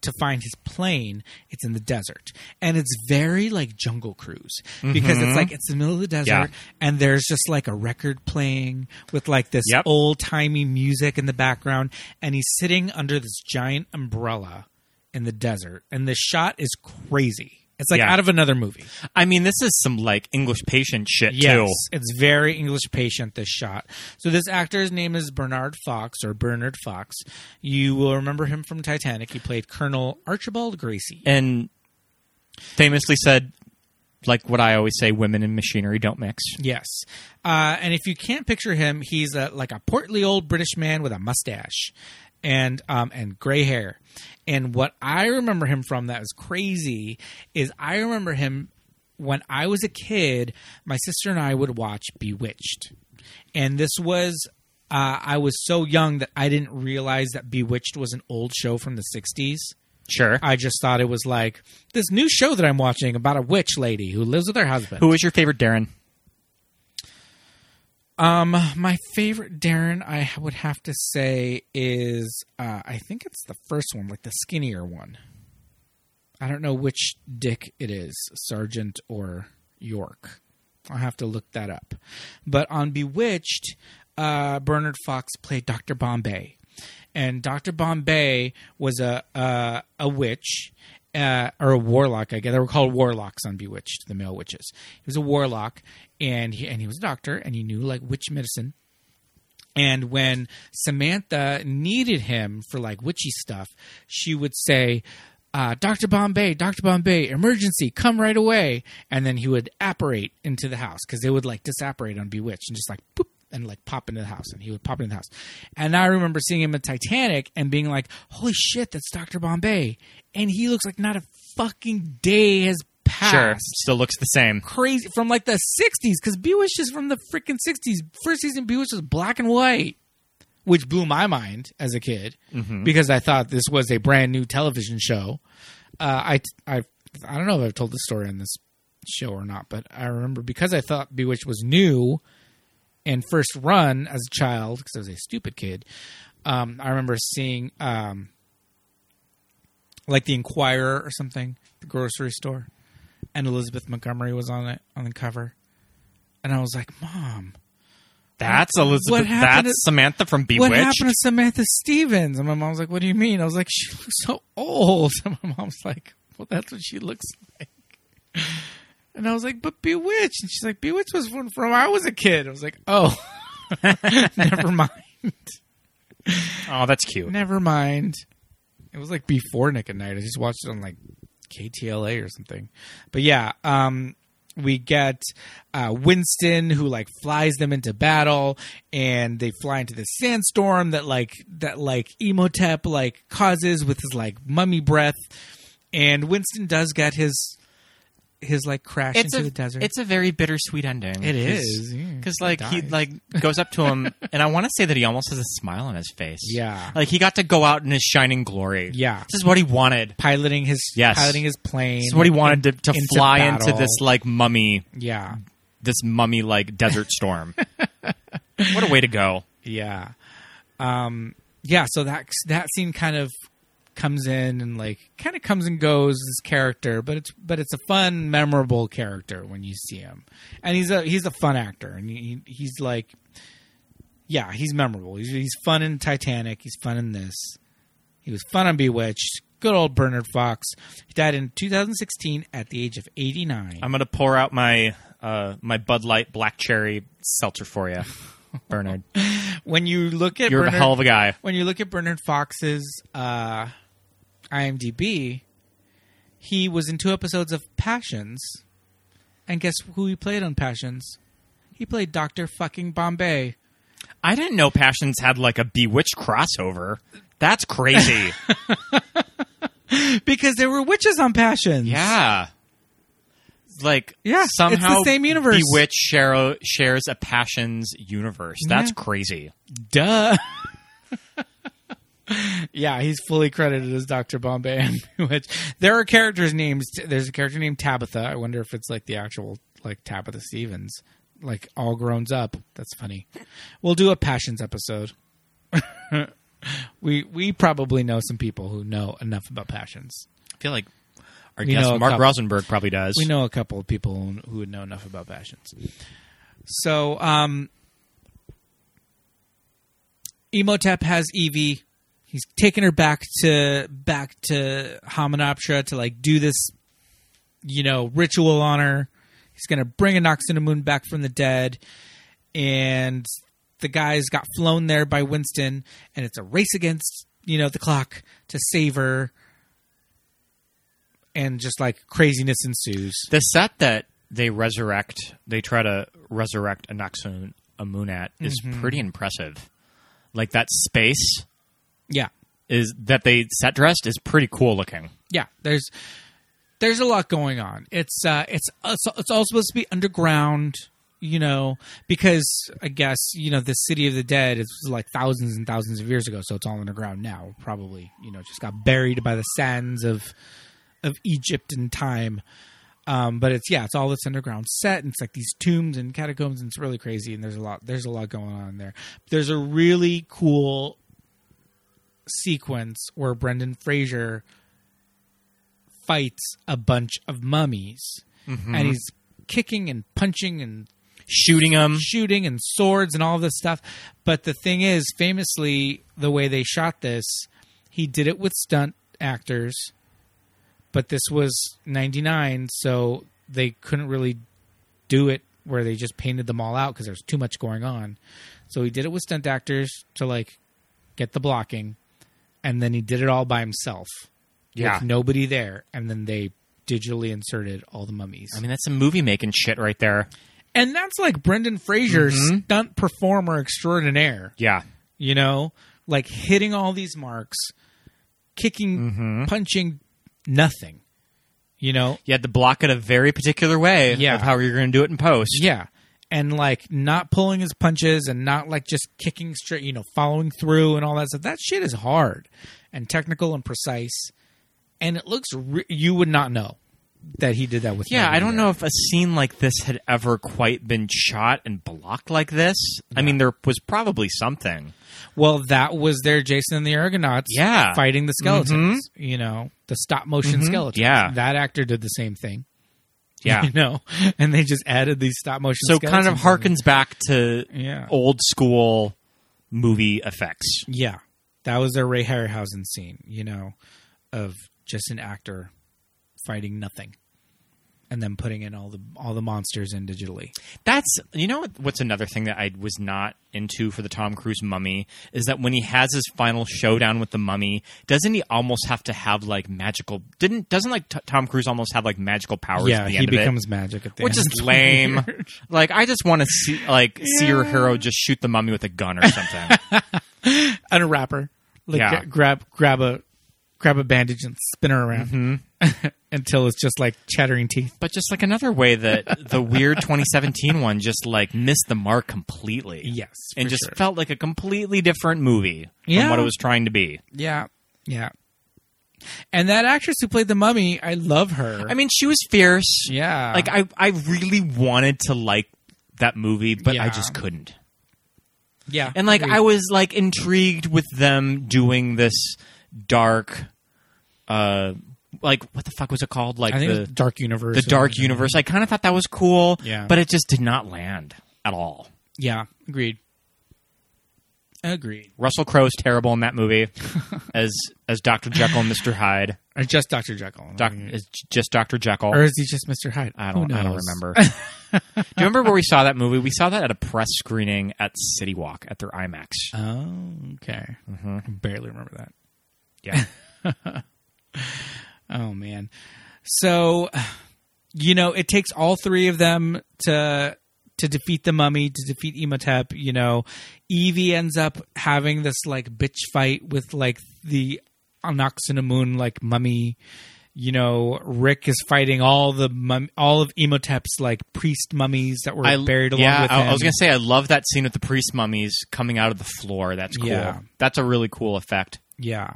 S8: to find his plane, it's in the desert. And it's very like Jungle Cruise because it's like it's the middle of the desert
S9: Mm-hmm. Yeah.
S8: and there's just like a record playing with like this
S9: Yep.
S8: old timey music in the background. And he's sitting under this giant umbrella in the desert. And the shot is crazy. It's like
S9: Yeah.
S8: out of another movie.
S9: I mean, this is some like English patient shit
S8: Yes,
S9: too.
S8: it's very English patient. This shot. So this actor's name is Bernard Fox or Bernard Fox. You will remember him from Titanic. He played Colonel Archibald Gracie.
S9: and famously said, like what I always say, women and machinery don't mix.
S8: Yes, uh, and if you can't picture him, he's a, like a portly old British man with a mustache and um, and gray hair. And what I remember him from that was crazy is I remember him when I was a kid. My sister and I would watch Bewitched, and this was. Uh, I was so young that I didn't realize that Bewitched was an old show from the 60s.
S9: Sure.
S8: I just thought it was like this new show that I'm watching about a witch lady who lives with her husband.
S9: Who is your favorite Darren?
S8: Um, my favorite Darren, I ha- would have to say is uh, I think it's the first one, like the skinnier one. I don't know which Dick it is, Sergeant or York. I'll have to look that up. But on Bewitched, uh, Bernard Fox played Doctor Bombay, and Doctor Bombay was a uh, a witch. Uh, or a warlock, I guess they were called warlocks on Bewitched, the male witches. He was a warlock, and he and he was a doctor, and he knew like witch medicine. And when Samantha needed him for like witchy stuff, she would say, uh, Dr. Bombay, Dr. Bombay, emergency, come right away. And then he would apparate into the house because they would like disapparate on Bewitched and just like boop and like pop into the house. And he would pop into the house. And I remember seeing him in Titanic and being like, holy shit, that's Dr. Bombay. And he looks like not a fucking day has past.
S9: Sure, Ah. still looks the same.
S8: Crazy from like the '60s because Bewitched is from the freaking '60s. First season Bewitched was black and white, which blew my mind as a kid because I thought this was a brand new television show. Uh, I I I don't know if I've told this story on this show or not, but I remember because I thought Bewitched was new and first run as a child because I was a stupid kid. Um, I remember seeing um, like the Inquirer or something, the grocery store, and Elizabeth Montgomery was on it on the cover, and I was like, "Mom,
S9: That's Elizabeth.
S8: What happened
S9: that's
S8: to-
S9: Samantha from Bewitched.
S8: what happened to Samantha Stevens?" And my mom's like, "What do you mean?" I was like, "She looks so old." And my mom's like, "Well, that's what she looks like." And I was like, "But Bewitched," and she's like, "Bewitched was from, from I was a kid." I was like, "Oh, never mind,
S9: oh, that's cute.
S8: never mind." It was like before Nick at Night. I just watched it on like KTLA or something. But yeah, um, we get uh, Winston who like flies them into battle, and they fly into this sandstorm that like that like Emotep like causes with his like mummy breath, and Winston does get his his like crash
S9: It's
S8: into
S9: a
S8: the desert.
S9: it's a very bittersweet ending.
S8: It is, yeah.
S9: because
S8: He
S9: like he
S8: dies.
S9: like goes up to him, and I want to say that he almost has a smile on his face.
S8: Yeah.
S9: like he got to go out in his shining glory.
S8: Yeah.
S9: this is what he wanted.
S8: piloting his
S9: Yes.
S8: piloting his plane.
S9: This is what he wanted to, to
S8: into
S9: fly into
S8: battle.
S9: this like mummy,
S8: yeah,
S9: this mummy like desert storm. what a way to go!
S8: Yeah. Um yeah, so that that scene kind of comes in and like kind of comes and goes this character, but it's but it's a fun memorable character when you see him. And he's a he's a fun actor and he, he's like yeah, he's memorable. He's, he's fun in Titanic, he's fun in this. He was fun on Bewitched. Good old Bernard Fox. He died in 2016 at the age of 89.
S9: I'm gonna pour out my uh, my Bud Light Black Cherry seltzer for you, Bernard.
S8: when you look at
S9: You're
S8: Bernard,
S9: a hell of a guy.
S8: when you look at Bernard Fox's uh, IMDb, he was in two episodes of Passions, and guess who he played on Passions? He played Doctor Fucking Bombay.
S9: I didn't know Passions had like a Bewitched crossover. That's crazy.
S8: Because there were witches on Passions.
S9: yeah. Like
S8: Yeah, it's the
S9: somehow
S8: same universe.
S9: Bewitched share, shares a Passions universe. That's crazy.
S8: Duh. yeah, he's fully credited as Dr. Bombay. Which there are characters names. There's a character named Tabitha. I wonder if it's like the actual like Tabitha Stevens, like all grown up. That's funny. We'll do a passions episode. we we probably know some people who know enough about passions.
S9: I feel like our
S8: We
S9: guest
S8: know a
S9: Mark
S8: couple.
S9: Rosenberg probably does.
S8: We know a couple of people who would know enough about passions. So, um, Emotep has Evie. He's taking her back to back to Hamunaptra to like do this, you know, ritual on her. He's gonna bring Anoxinamun back from the dead, and the guys got flown there by Winston, and it's a race against you know the clock to save her. And just like craziness ensues.
S9: The set that they resurrect, they try to resurrect Anoxun Amunat is pretty impressive. Like that space
S8: Yeah.
S9: is that they set dressed is pretty cool looking.
S8: yeah there's there's a lot going on it's uh it's it's it's all supposed to be underground you know because i guess you know the city of the dead is like thousands and thousands of years ago so it's all underground now probably you know just got buried by the sands of of egypt and time um but it's yeah it's all this underground set and it's like these tombs and catacombs and it's really crazy and there's a lot there's a lot going on there there's a really cool sequence where brendan fraser fights a bunch of mummies and he's kicking and punching and
S9: Shooting them,
S8: shooting and swords and all this stuff but the thing is famously the way they shot this he did it with stunt actors but this was 99 so they couldn't really do it where they just painted them all out because there's too much going on so he did it with stunt actors to like get the blocking and then he did it all by himself
S9: Yeah.
S8: with nobody there and then they digitally inserted all the mummies
S9: I mean, that's some movie making shit right there.
S8: and that's like brendan fraser's stunt performer extraordinaire
S9: Yeah.
S8: you know like Mm-hmm. hitting all these marks kicking punching nothing You know,
S9: you had to block it a very particular way
S8: Yeah.
S9: of how you're going to do it in post.
S8: Yeah. And like not pulling his punches and not like just kicking straight, you know, following through and all that stuff. That shit is hard and technical and precise. And it looks, re- you would not know that he did that with
S9: Yeah,
S8: Maggie
S9: I don't
S8: there.
S9: know if a scene like this had ever quite been shot and blocked like this. I mean, there was probably something.
S8: Well, that was their Jason and the Argonauts
S9: Yeah.
S8: fighting the skeletons, you know, the stop motion
S9: Mhm.
S8: skeletons.
S9: Yeah.
S8: That actor did the same thing.
S9: Yeah.
S8: You know, and they just added these stop motion
S9: so kind of
S8: skeletons in.
S9: harkens back to
S8: Yeah.
S9: old school movie effects.
S8: Yeah, that was their Ray Harryhausen scene, you know, of just an actor fighting nothing, and then putting in all the all the monsters in digitally.
S9: That's you know what- what's another thing that I was not into for the Tom Cruise Mummy is that when he has his final showdown with the Mummy, doesn't he almost have to have like magical? Didn't doesn't like t- Tom Cruise almost have like magical powers? at
S8: yeah,
S9: the
S8: he
S9: end of it?
S8: becomes magic at the
S9: which
S8: end.
S9: is lame. like I just want to see like see your hero just shoot the mummy with a gun or something.
S8: and a rapper, like
S9: Yeah.
S8: gra- grab grab a grab a bandage and spin her around
S9: Mm-hmm.
S8: until it's just like chattering teeth.
S9: but just like another way that the weird 2017 one just like missed the mark completely.
S8: Yes,
S9: and
S8: for
S9: just
S8: sure.
S9: felt like a completely different movie
S8: Yeah.
S9: from what it was trying to be.
S8: Yeah, yeah. And that actress who played the mummy, I love her.
S9: I mean, she was fierce.
S8: yeah,
S9: Like I I really wanted to like that movie, but I
S8: Yeah.
S9: just couldn't.
S8: yeah,
S9: And like
S8: agreed.
S9: I was like intrigued with them doing this dark uh like what the fuck was it called? Like
S8: I think
S9: the
S8: it was Dark Universe.
S9: the
S8: or
S9: dark
S8: something.
S9: universe. I kind of thought that was cool,
S8: Yeah.
S9: but it just did not land at all.
S8: Yeah, agreed. Agreed.
S9: Russell Crowe's terrible in that movie as as Dr. Jekyll and Mr. Hyde.
S8: Or just Dr. Jekyll.
S9: Doc, is just Dr. Jekyll.
S8: or is he just Mr. Hyde?
S9: I
S8: Who
S9: don't
S8: knows?
S9: I don't remember. Do you remember where we saw that movie? We saw that at a press screening at City Walk at their IMAX.
S8: Oh, okay. I barely remember that.
S9: Yeah.
S8: Oh, man. So, you know, it takes all three of them to to defeat the mummy, to defeat Emotep. You know, Evie ends up having this, like, bitch fight with, like, the Moon like, mummy. You know, Rick is fighting all the mum- all of Emotep's like priest mummies that were
S9: I
S8: buried along
S9: yeah,
S8: with
S9: I, I was
S8: him.
S9: gonna say I love that scene with the priest mummies coming out of the floor. That's cool.
S8: Yeah.
S9: That's a really cool effect.
S8: Yeah.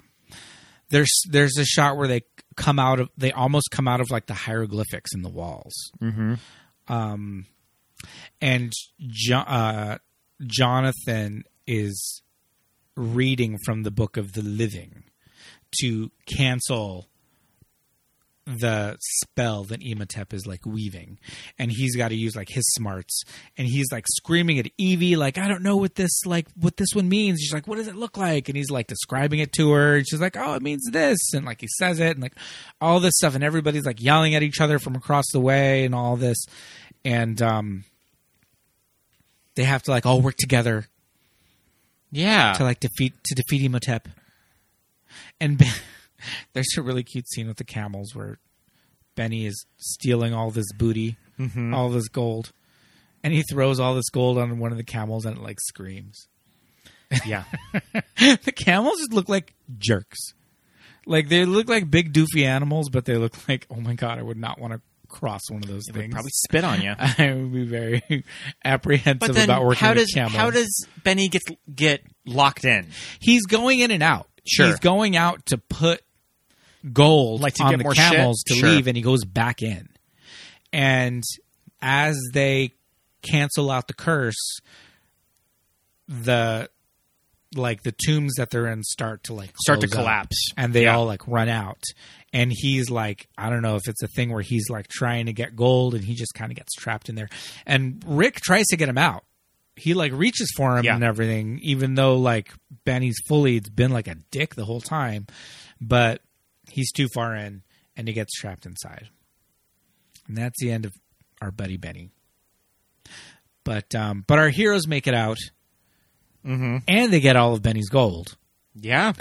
S8: There's there's a shot where they come out of they almost come out of like the hieroglyphics in the walls. Mm-hmm. Um, and jo- uh, Jonathan is reading from the book of the living to cancel the spell that Emotep is like weaving, and he's got to use like his smarts, and he's like screaming at Evie like I don't know what this like what this one means. She's like, what does it look like? And he's like describing it to her, and she's like, oh, it means this, and like he says it, and like all this stuff, and everybody's like yelling at each other from across the way, and all this, and um, they have to like all work together
S9: Yeah.
S8: to like defeat to defeat Imhotep. And ben, there's a really cute scene with the camels where Benny is stealing all this booty,
S9: Mm-hmm.
S8: all this gold, and he throws all this gold on one of the camels and it like screams.
S9: yeah.
S8: the camels just look like jerks. Like they look like big doofy animals, but they look like oh my god, I would not want to cross one of those things.
S9: Probably spit on you.
S8: I would be very apprehensive
S9: but then
S8: about working
S9: how
S8: with
S9: does
S8: camels.
S9: how does Benny get get locked in?
S8: he's going in and out.
S9: Sure.
S8: He's going out to put gold
S9: Like to
S8: on
S9: get
S8: the
S9: more
S8: camels
S9: shit?
S8: to
S9: Sure.
S8: leave, and he goes back in. And as they cancel out the curse, the like the tombs that they're in start to like
S9: Start to
S8: close up,
S9: collapse.
S8: and they
S9: Yeah.
S8: all like run out and he's like i don't know if it's a thing where he's like trying to get gold and he just kind of gets trapped in there and rick tries to get him out he like reaches for him
S9: Yeah.
S8: and everything even though like benny's fully it's been like a dick the whole time but he's too far in and he gets trapped inside and that's the end of our buddy benny but um but our heroes make it out
S9: Mm-hmm.
S8: and they get all of benny's gold
S9: Yeah.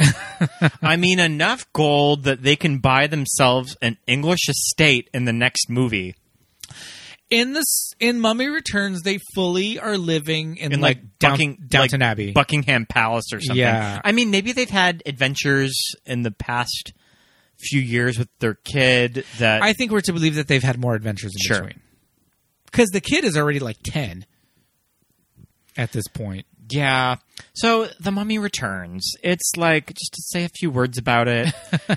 S9: I mean enough gold that they can buy themselves an English estate in the next movie.
S8: in this in Mummy Returns, they fully are living in,
S9: In
S8: like,
S9: like,
S8: down,
S9: Bucking-
S8: Downton
S9: like
S8: Abbey.
S9: Buckingham Palace or something.
S8: Yeah.
S9: I mean maybe they've had adventures in the past few years with their kid that
S8: I think we're to believe that they've had more adventures in
S9: Sure.
S8: between. Because the kid is already like 10 at this point.
S9: Yeah. So the mummy returns. It's like just to say a few words about it.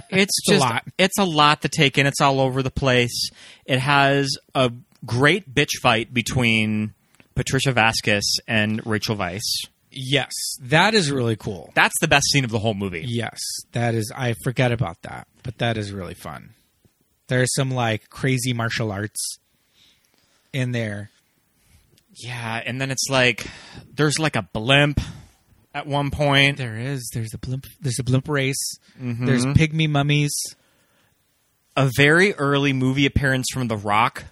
S9: It's,
S8: a
S9: just
S8: lot.
S9: it's a lot to take in. It's all over the place. It has a great bitch fight between Patricia Vasquez and Rachel Weisz.
S8: Yes, that is really cool.
S9: That's the best scene of the whole movie.
S8: Yes, that is. I forget about that, but that is really fun. There's some like crazy martial arts in there.
S9: Yeah, and then it's like there's like a blimp at one point.
S8: There is. There's a blimp. There's a blimp race. There's pygmy mummies.
S9: A very early movie appearance from The Rock,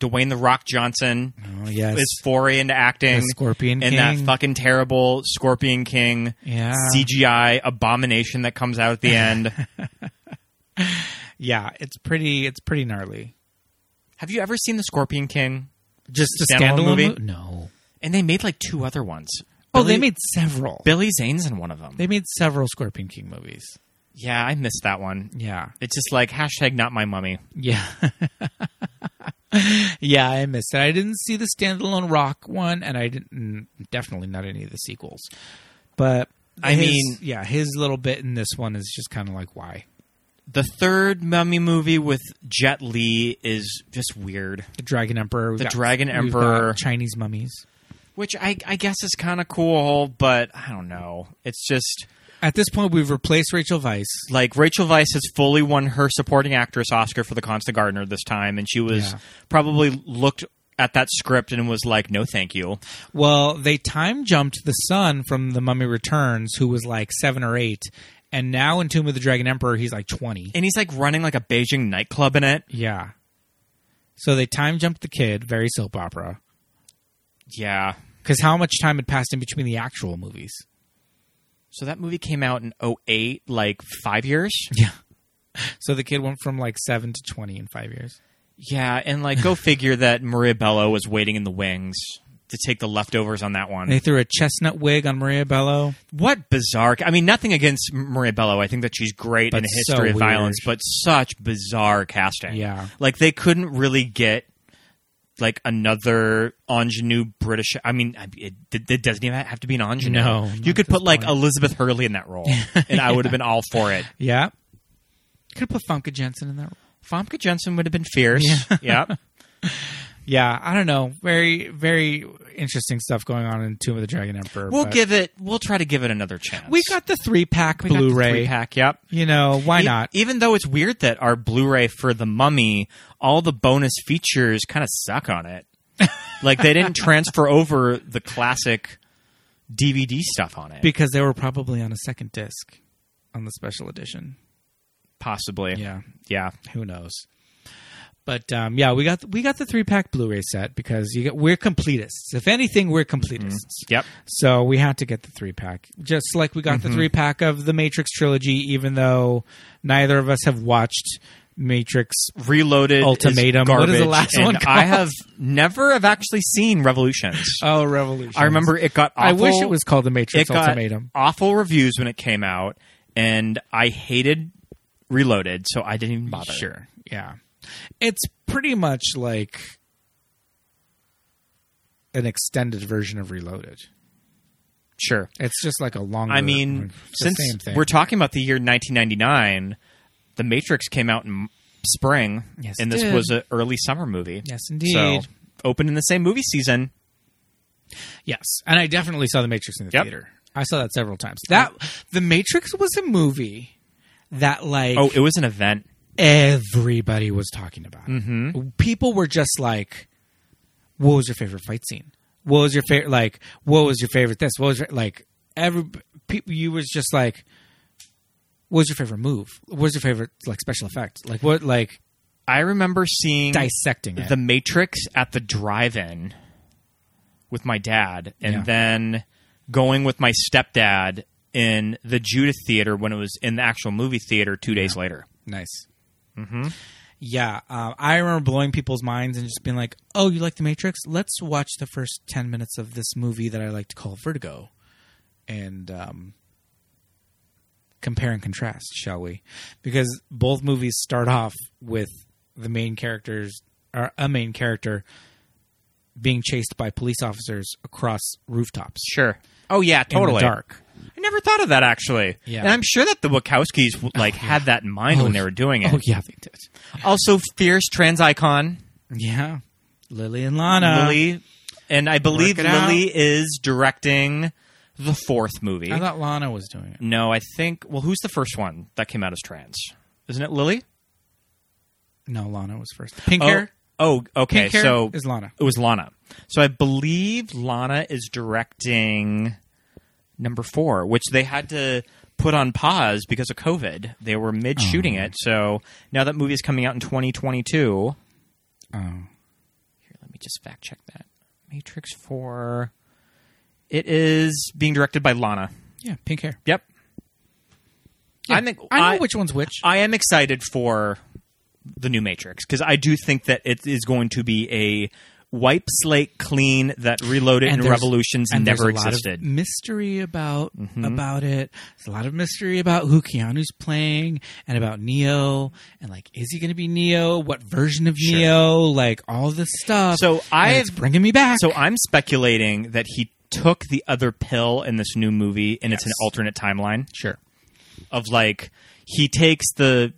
S9: Dwayne The Rock Johnson.
S8: Oh yes,
S9: his foray into acting,
S8: The Scorpion
S9: and that
S8: King.
S9: fucking terrible Scorpion King
S8: Yeah.
S9: CGI abomination that comes out at the end.
S8: yeah. It's pretty. It's pretty gnarly.
S9: Have you ever seen the Scorpion King?
S8: Just a
S9: Standalone
S8: standalone
S9: movie?
S8: mo- No.
S9: And they made like two other ones.
S8: Oh,
S9: Billy-
S8: they made several.
S9: Billy Zane's in one of them.
S8: They made several Scorpion King movies.
S9: yeah, I missed that one.
S8: Yeah.
S9: It's just like hashtag not my mummy.
S8: Yeah. yeah, I missed it. I didn't see the standalone rock one, and I didn't definitely not any of the sequels. But
S9: I
S8: his-
S9: mean-
S8: yeah, his little bit in this one is just kind of like why
S9: The third mummy movie with Jet Li is just weird,
S8: the Dragon Emperor, we've
S9: The
S8: got-
S9: Dragon
S8: we've
S9: Emperor.
S8: got Chinese mummies.
S9: which I, I guess is kind of cool, but I don't know. It's just
S8: At this point, we've replaced Rachel Weisz.
S9: like Rachel Weisz has fully won her supporting actress Oscar for The Constant Gardener this time, and she was
S8: Yeah.
S9: probably looked at that script and was like, "No, thank you."
S8: Well, they time jumped the son from The Mummy Returns, who was like seven or eight, and now in Tomb of the Dragon Emperor, he's like twenty.
S9: And he's like running like a Beijing nightclub in it.
S8: Yeah. So they time jumped the kid, very soap opera.
S9: Yeah.
S8: Because how much time had passed in between the actual movies?
S9: So that movie came out in 08, like five years.
S8: Yeah. So the kid went from like seven to twenty in five years.
S9: Yeah, and like go figure that Maria Bello was waiting in the wings to take the leftovers on that one.
S8: They threw a chestnut wig on Maria Bello.
S9: What bizarre! I mean, nothing against Maria Bello. I think that she's great
S8: But
S9: in a
S8: so
S9: history of
S8: weird.
S9: violence, but such bizarre casting.
S8: Yeah.
S9: like they couldn't really get like another ingenue British. I mean, I- it, it doesn't even have to be an ingenue.
S8: No, not
S9: you
S8: at
S9: could
S8: this
S9: put like
S8: point.
S9: Elizabeth Hurley in that role, and I would have been all for it.
S8: Yeah. Could have put Funka Jensen in there.
S9: Fomka Jensen would have been fierce. Yeah,
S8: Yeah, I don't know. Very, very interesting stuff going on in Tomb of the Dragon Emperor.
S9: we'll
S8: but-
S9: give it. We'll try to give it another chance.
S8: We got the three pack
S9: We got the
S8: Blu-ray
S9: three-pack, Yep.
S8: You know why
S9: E-
S8: not?
S9: Even though it's weird that our Blu-ray for The Mummy, all the bonus features kind of suck on it. like they didn't transfer over the classic DVD stuff on it.
S8: because they were probably on a second disc on the special edition.
S9: possibly.
S8: Yeah.
S9: Yeah.
S8: who knows but um, yeah we got we got the three pack blu-ray set because you get, we're completists if anything we're completists
S9: Yep.
S8: so we had to get the three pack just like we got the three pack of the matrix trilogy even though neither of us have watched matrix
S9: Reloaded is
S8: Ultimatum. What
S9: Garbage,
S8: is the last
S9: and
S8: one
S9: I
S8: called?
S9: have never have actually seen Revolutions.
S8: oh revolution
S9: I remember it got. Awful,
S8: i wish it was called the matrix
S9: it got
S8: ultimatum
S9: awful reviews when it came out, and I hated Reloaded, so I didn't even bother.
S8: sure yeah it's pretty much like an extended version of reloaded
S9: Sure.
S8: it's just like a longer
S9: I mean,
S8: it's the
S9: since
S8: same thing.
S9: we're talking about the year 1999, The Matrix came out in spring,
S8: Yes,
S9: and
S8: it
S9: this
S8: did.
S9: was an early summer movie.
S8: Yes, indeed.
S9: So, opened in the same movie season.
S8: Yes, and I definitely saw The Matrix in the
S9: Yep.
S8: theater. I saw that several times. That The Matrix was a movie that like
S9: Oh, it was an event.
S8: everybody was talking about. Mm-hmm. People were just like, "What was your favorite fight scene? What was your favorite like? What was your favorite this? What was your, like every people? You was just like, what was your favorite move? What was your favorite like special effect? Like what like
S9: I remember seeing
S8: dissecting it?
S9: The Matrix at the drive-in with my dad, and
S8: Yeah.
S9: then going with my stepdad in the Judith Theater when it was in the actual movie theater two days later.
S8: Nice. Mm-hmm. Yeah, um, I remember blowing people's minds and just being like, "Oh, you like The Matrix? Let's watch the first ten minutes of this movie that I like to call Vertigo," and because um, compare and contrast, shall we? Because both movies start off with the main characters or a main character being chased by police officers across rooftops.
S9: Sure. Oh yeah,
S8: in the
S9: totally.
S8: dark.
S9: I never thought of that actually.
S8: Yeah.
S9: And I'm sure that the Wachowskis like had that in mind
S8: Oh,
S9: when they were doing it.
S8: Oh yeah, they did.
S9: Also, fierce trans icon
S8: Yeah, Lily and Lana.
S9: Lily, and I believe
S8: Work it out.
S9: Lily is directing the fourth movie.
S8: I thought Lana was doing it.
S9: no, I think. Well, who's the first one that came out as trans? Isn't it Lily?
S8: No, Lana was first. Pink
S9: Oh,
S8: hair.
S9: Oh, okay.
S8: Pink hair
S9: so
S8: is Lana.
S9: It was Lana. So I believe Lana is directing number four, which they had to put on pause because of COVID. They were mid shooting it. So now that movie is coming out in 2022.
S8: Oh.
S9: Here, let me just fact check that. Matrix 4. It is being directed by Lana.
S8: Yeah, pink hair.
S9: Yep.
S8: Yeah,
S9: I'm,
S8: I know which one's which.
S9: I am excited for the new Matrix because I do think that it is going to be a wipe slate clean that Reloaded and,
S8: there's-
S9: Revolutions
S8: and there's
S9: never
S8: a lot of
S9: existed. Mm-hmm.
S8: mystery about about it. There's a lot of mystery about who Keanu's playing and about Neo and like is he going to be Neo? What version of Neo? Like all this stuff.
S9: So
S8: And it's
S9: I've-
S8: bringing me back.
S9: So I'm speculating that he took the other pill in this new movie and it's an
S8: Yes.
S9: alternate timeline
S8: sure.
S9: of like he takes the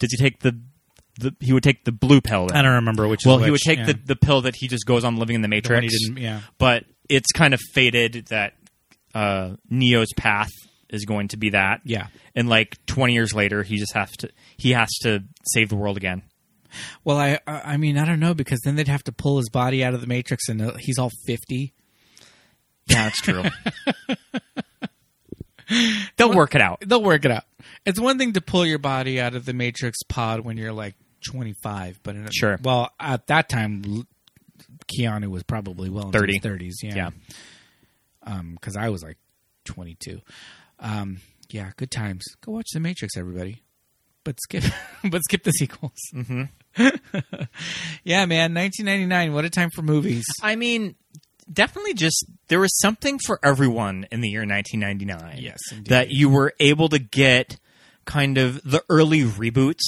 S9: did he take the the he would take the blue pill then?
S8: I don't remember which.
S9: Well,
S8: is
S9: he would
S8: which,
S9: take
S8: yeah.
S9: the, the pill that he just goes on living in the
S8: The one
S9: Matrix.
S8: he didn't- yeah.
S9: But it's kind of fated that uh, Neo's path is going to be that.
S8: Yeah.
S9: And like 20 years later, he just has to he has to save the world again.
S8: Well, I I I mean I don't know because then they'd have to pull his body out of the Matrix and uh, he's all fifty.
S9: Yeah, that's true. They'll work it out.
S8: They'll work it out. It's one thing to pull your body out of the Matrix pod when you're like 25, but in a,
S9: Sure.
S8: Well, at that time, L- Keanu was probably well into
S9: 30.
S8: his 30s. Yeah.
S9: Yeah.
S8: Because I was like 22. Um, yeah, good times. Go watch the Matrix, everybody. But skip, but skip the sequels. Mm-hmm.
S9: Mm-hmm.
S8: yeah, man, 1999. What a time for movies.
S9: I mean, definitely just there was something for everyone in the year 1999.
S8: Yes, indeed.
S9: that you were able to get kind of the early reboots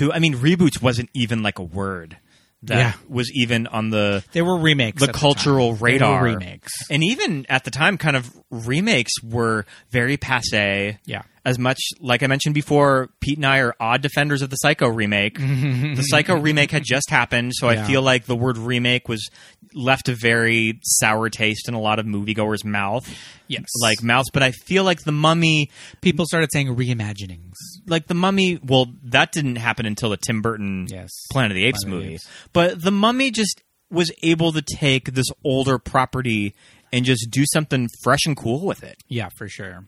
S9: to. I mean, reboots wasn't even like a word that
S8: Yeah.
S9: was even on the
S8: There were remakes.
S9: the
S8: at
S9: cultural
S8: time. They were
S9: radar.
S8: remakes.
S9: and even at the time, kind of remakes were very passe.
S8: Yeah.
S9: As much like I mentioned before, Pete and I are odd defenders of the Psycho remake. the Psycho remake had just happened, so
S8: Yeah.
S9: I feel like the word remake was left a very sour taste in a lot of moviegoers' mouth.
S8: Yes.
S9: Like mouths, but I feel like the mummy
S8: People started saying reimaginings.
S9: like the mummy well that didn't happen until the tim burton
S8: Yes.
S9: planet of the apes
S8: Planet of the
S9: movie
S8: Apes.
S9: but the mummy just was able to take this older property and just do something fresh and cool with it
S8: Yeah, for sure.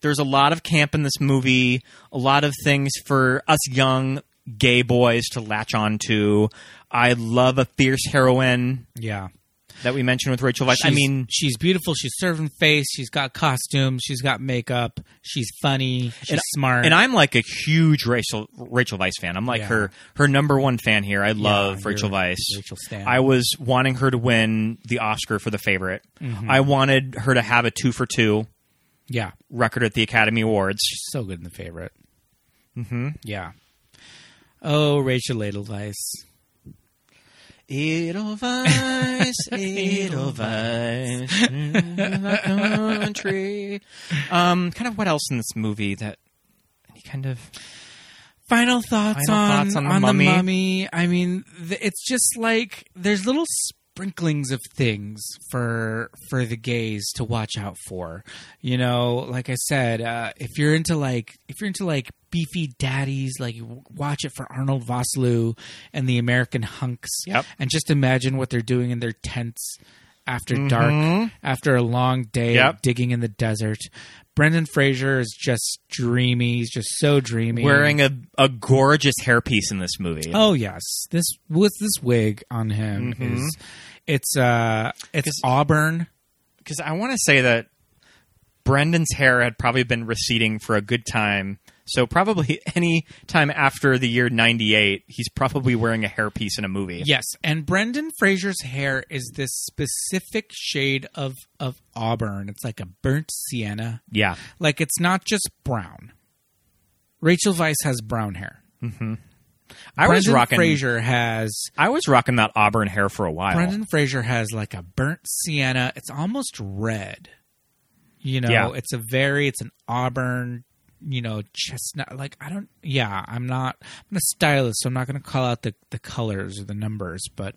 S9: there's a lot of camp in this movie a lot of things for us young gay boys to latch on to i love a fierce heroine
S8: Yeah.
S9: that we mentioned with rachel weisz i
S8: She's-
S9: mean
S8: she's beautiful. She's serving face. She's got costumes. She's got makeup. She's funny. She's smart.
S9: and I'm like a huge Rachel Rachel Vice fan. I'm like
S8: Yeah.
S9: her her number one fan here. I love
S8: you're
S9: Rachel
S8: a
S9: Vice.
S8: Rachel stan.
S9: I was wanting her to win the Oscar for the favorite.
S8: Mm-hmm.
S9: I wanted her to have a two for two
S8: yeah,
S9: record at the Academy Awards.
S8: she's so good in the favorite. Mm-hmm. Yeah. Oh, Rachel Edelweiss.
S9: Edelweiss, Edelweiss, my country. Um, kind of what else in this movie that any kind of
S8: Final thoughts
S9: Final
S8: on
S9: thoughts on The
S8: on
S9: Mummy?
S8: the mummy. I mean, th- it's just like there's little sprinklings of things for for the gays to watch out for. You know, like I said, uh, if you're into like if you're into like beefy daddies, like you w- watch it for Arnold Vosloo and the American hunks,
S9: Yep.
S8: and just imagine what they're doing in their tents after dark, after a long day
S9: Mm-hmm.
S8: of
S9: Yep.
S8: digging in the desert. Brendan Fraser is just dreamy. He's just so dreamy.
S9: wearing a, a gorgeous hairpiece in this movie?
S8: Oh yes, this with this wig on him
S9: Mm-hmm.
S8: is it's uh it's auburn.
S9: because I want to say that Brendan's hair had probably been receding for a good time. So probably any time after the year '98, he's probably wearing a hairpiece in a movie.
S8: Yes, and Brendan Fraser's hair is this specific shade of of auburn. It's like a burnt sienna.
S9: yeah,
S8: Like it's not just brown. Rachel Weisz has brown hair.
S9: Mm-hmm.
S8: I
S9: I was
S8: Brendan
S9: rocking.
S8: Fraser has.
S9: I was rocking that auburn hair for a while.
S8: Brendan Fraser has like a burnt sienna. It's almost red. You know,
S9: Yeah.
S8: it's a very. It's an auburn. You know, chestnut. Like I don't. Yeah, I'm not. I'm a stylist, so I'm not going to call out the the colors or the numbers, but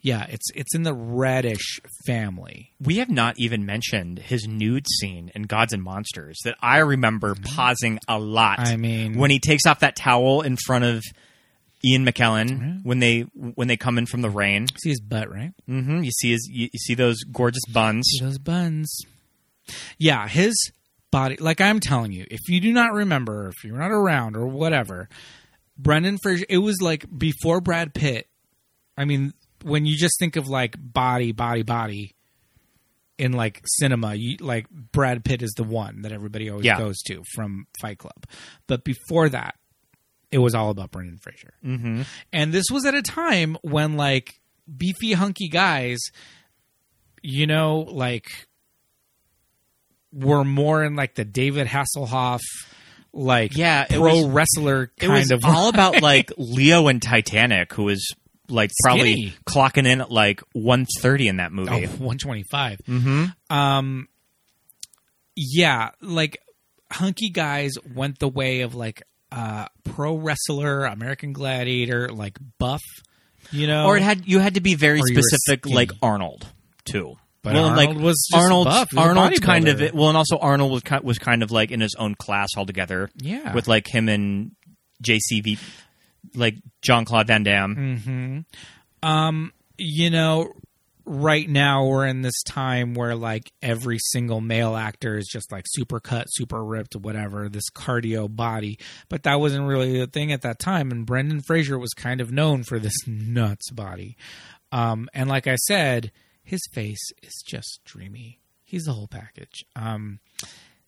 S8: yeah, it's it's in the reddish family.
S9: we have not even mentioned his nude scene in Gods and Monsters that I remember pausing a lot.
S8: Mm-hmm. I mean-
S9: when he takes off that towel in front of Ian McKellen when they when they come in from the rain,
S8: See his butt, right?
S9: hmm you see his you, you see those gorgeous buns.
S8: See those buns. Yeah, his body. Like I'm telling you, if you do not remember, if you're not around or whatever, Brendan Fraser. It was like before Brad Pitt. I mean, when you just think of like body, body, body in like cinema, you like Brad Pitt is the one that everybody always
S9: Yeah.
S8: goes to from Fight Club. But before that, it was all about Brendan Fraser.
S9: Mm-hmm.
S8: And this was at a time when like beefy hunky guys, you know, like were more in like the David Hasselhoff like
S9: Yeah, it
S8: pro
S9: was-
S8: wrestler
S9: It
S8: kind
S9: was
S8: of
S9: all about like Leo and Titanic, who was like probably
S8: Skinny.
S9: clocking in at like one thirty in that movie.
S8: 125.
S9: Mm-hmm.
S8: Um yeah, like hunky guys went the way of like uh pro wrestler, American gladiator, like buff, you know.
S9: or it had you had to be very
S8: Or you were
S9: specific,
S8: skinny.
S9: like Arnold too.
S8: But
S9: well, and,
S8: Arnold
S9: like
S8: was just
S9: Arnold's-
S8: buff. He was a
S9: Arnold's kind of
S8: bodybuilder.
S9: well, and also Arnold was kind, was kind of like in his own class altogether.
S8: Yeah.
S9: with like him and JCV, like Jean Claude Van Damme.
S8: hmm Um, you know, right now we're in this time where like every single male actor is just like super cut, super ripped, whatever, this cardio body. But that wasn't really the thing at that time, and Brendan Fraser was kind of known for this nuts body. Um, and like I said, his face is just dreamy. He's the whole package. Um,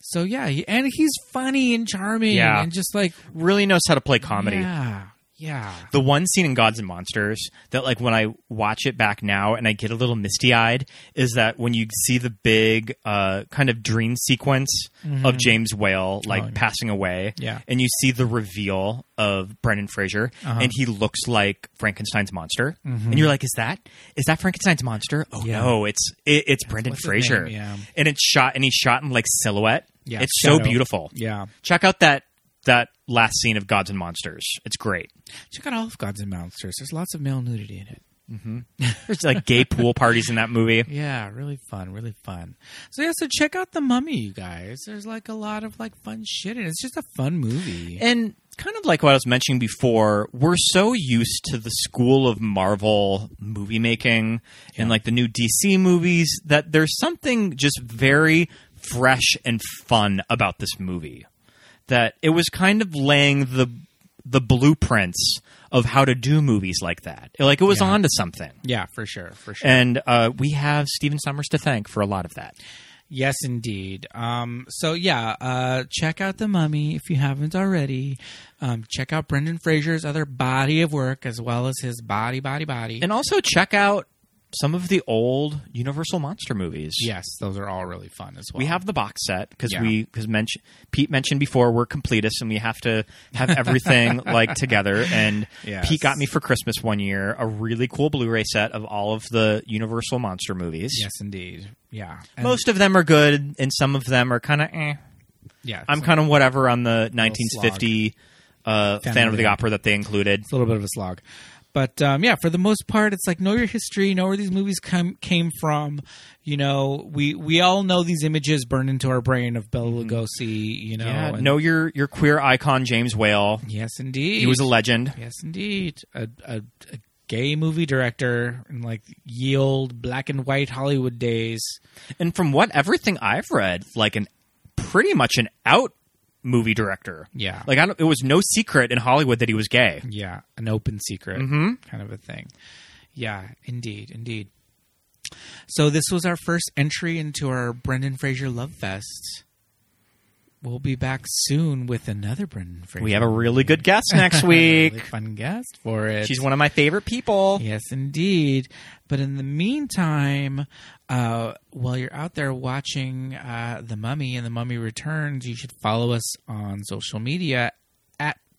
S8: so yeah, he- and he's funny and charming
S9: Yeah.
S8: and just like
S9: Really knows how to play comedy.
S8: Yeah, yeah.
S9: The one scene in Gods and Monsters that, like, when I watch it back now and I get a little misty eyed is that when you see the big uh, kind of dream sequence of James Whale, like,
S8: Oh, yeah.
S9: passing away,
S8: Mm-hmm. Yeah.
S9: and you see the reveal of Brendan Fraser,
S8: Uh-huh.
S9: and he looks like Frankenstein's monster,
S8: Mhm.
S9: and you're like, "Is that is that Frankenstein's monster?" Oh
S8: Yeah.
S9: no, it's it, it's Brendan
S8: What's his
S9: Fraser,
S8: name? Yeah.
S9: and it's shot and he's shot in like silhouette.
S8: Yeah,
S9: it's so
S8: shadow.
S9: beautiful.
S8: Yeah.
S9: Check out that that last scene of Gods and Monsters. It's great.
S8: Check out all of Gods and Monsters. There's lots of male nudity in it.
S9: There's like gay pool parties in that movie.
S8: Yeah, really fun, really fun. So yeah, so check out the Mummy, you guys. There's like a lot of like fun shit in it. It's just a fun movie.
S9: And kind of like what I was mentioning before, we're so used to the school of Marvel movie making and like the new DC movies that there's something just very fresh and fun about this movie. That it was kind of laying the the blueprints of how to do movies like that. Like it was
S8: Yeah.
S9: onto something.
S8: yeah, for sure, for sure.
S9: And uh, we have Steven Summers to thank for a lot of that.
S8: yes, indeed. Um, so yeah, uh, check out the Mummy if you haven't already. Um, check out Brendan Fraser's other body of work as well as his body, body, body.
S9: And also check out some of the old Universal monster movies.
S8: yes, those are all really fun as well.
S9: We have the box set because
S8: Yeah.
S9: we because mention Pete mentioned before we're completists and we have to have everything like together. And
S8: Yes.
S9: Pete got me for Christmas one year a really cool Blu-ray set of all of the Universal monster movies.
S8: yes, indeed. Yeah, And-
S9: Most of them are good, and some of them are kind of. Eh.
S8: Yeah,
S9: I'm
S8: it's
S9: kind of whatever on the 1950 uh,
S8: Phantom
S9: Phantom of
S8: of
S9: the
S8: the-
S9: Opera that they included.
S8: It's a little bit of a slog. But um, yeah, for the most part, it's like know your history, know where these movies come came from. You know, we we all know these images burned into our brain of Bela Lugosi. You know,
S9: Mm-hmm. yeah,
S8: Oh, and-
S9: know your your queer icon James Whale.
S8: yes, indeed,
S9: He was a legend.
S8: yes, indeed, a, a, a gay movie director in like ye old black and white Hollywood days.
S9: and from what everything I've read, like an pretty much an out movie director.
S8: Yeah.
S9: like I don't, it was no secret in Hollywood that he was gay.
S8: Yeah, an open secret
S9: Mhm.
S8: kind of a thing. Yeah, indeed, indeed. So this was our first entry into our Brendan Fraser Love Fest. We'll be back soon with another Brendan Fraser.
S9: We have a really good guest next
S8: really
S9: week.
S8: fun guest for it.
S9: She's one of my favorite people.
S8: Yes, indeed. But in the meantime, uh, while you're out there watching uh, The Mummy and The Mummy Returns, you should follow us on social media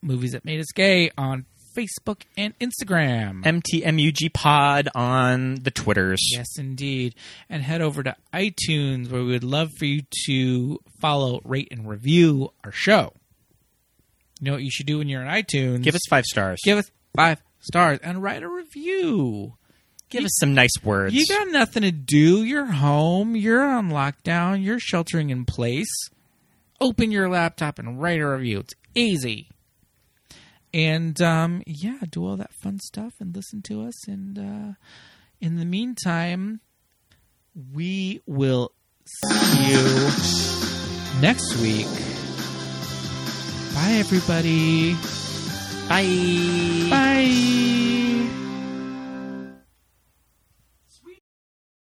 S8: Movies That Made Us Gay on Facebook and Instagram.
S9: MTMUG Pod on the Twitters.
S8: Yes, indeed. And head over to iTunes where we would love for you to follow, rate, and review our show. You know what you should do when you're on iTunes?
S9: Give us five stars.
S8: Give us five stars and write a review.
S9: Give us some nice words.
S8: You got nothing to do. You're home. You're on lockdown. You're sheltering in place. Open your laptop and write a review. It's easy. And um, yeah, do all that fun stuff and listen to us. And uh, in the meantime, we will see you next week. Bye, everybody.
S9: Bye.
S8: Bye.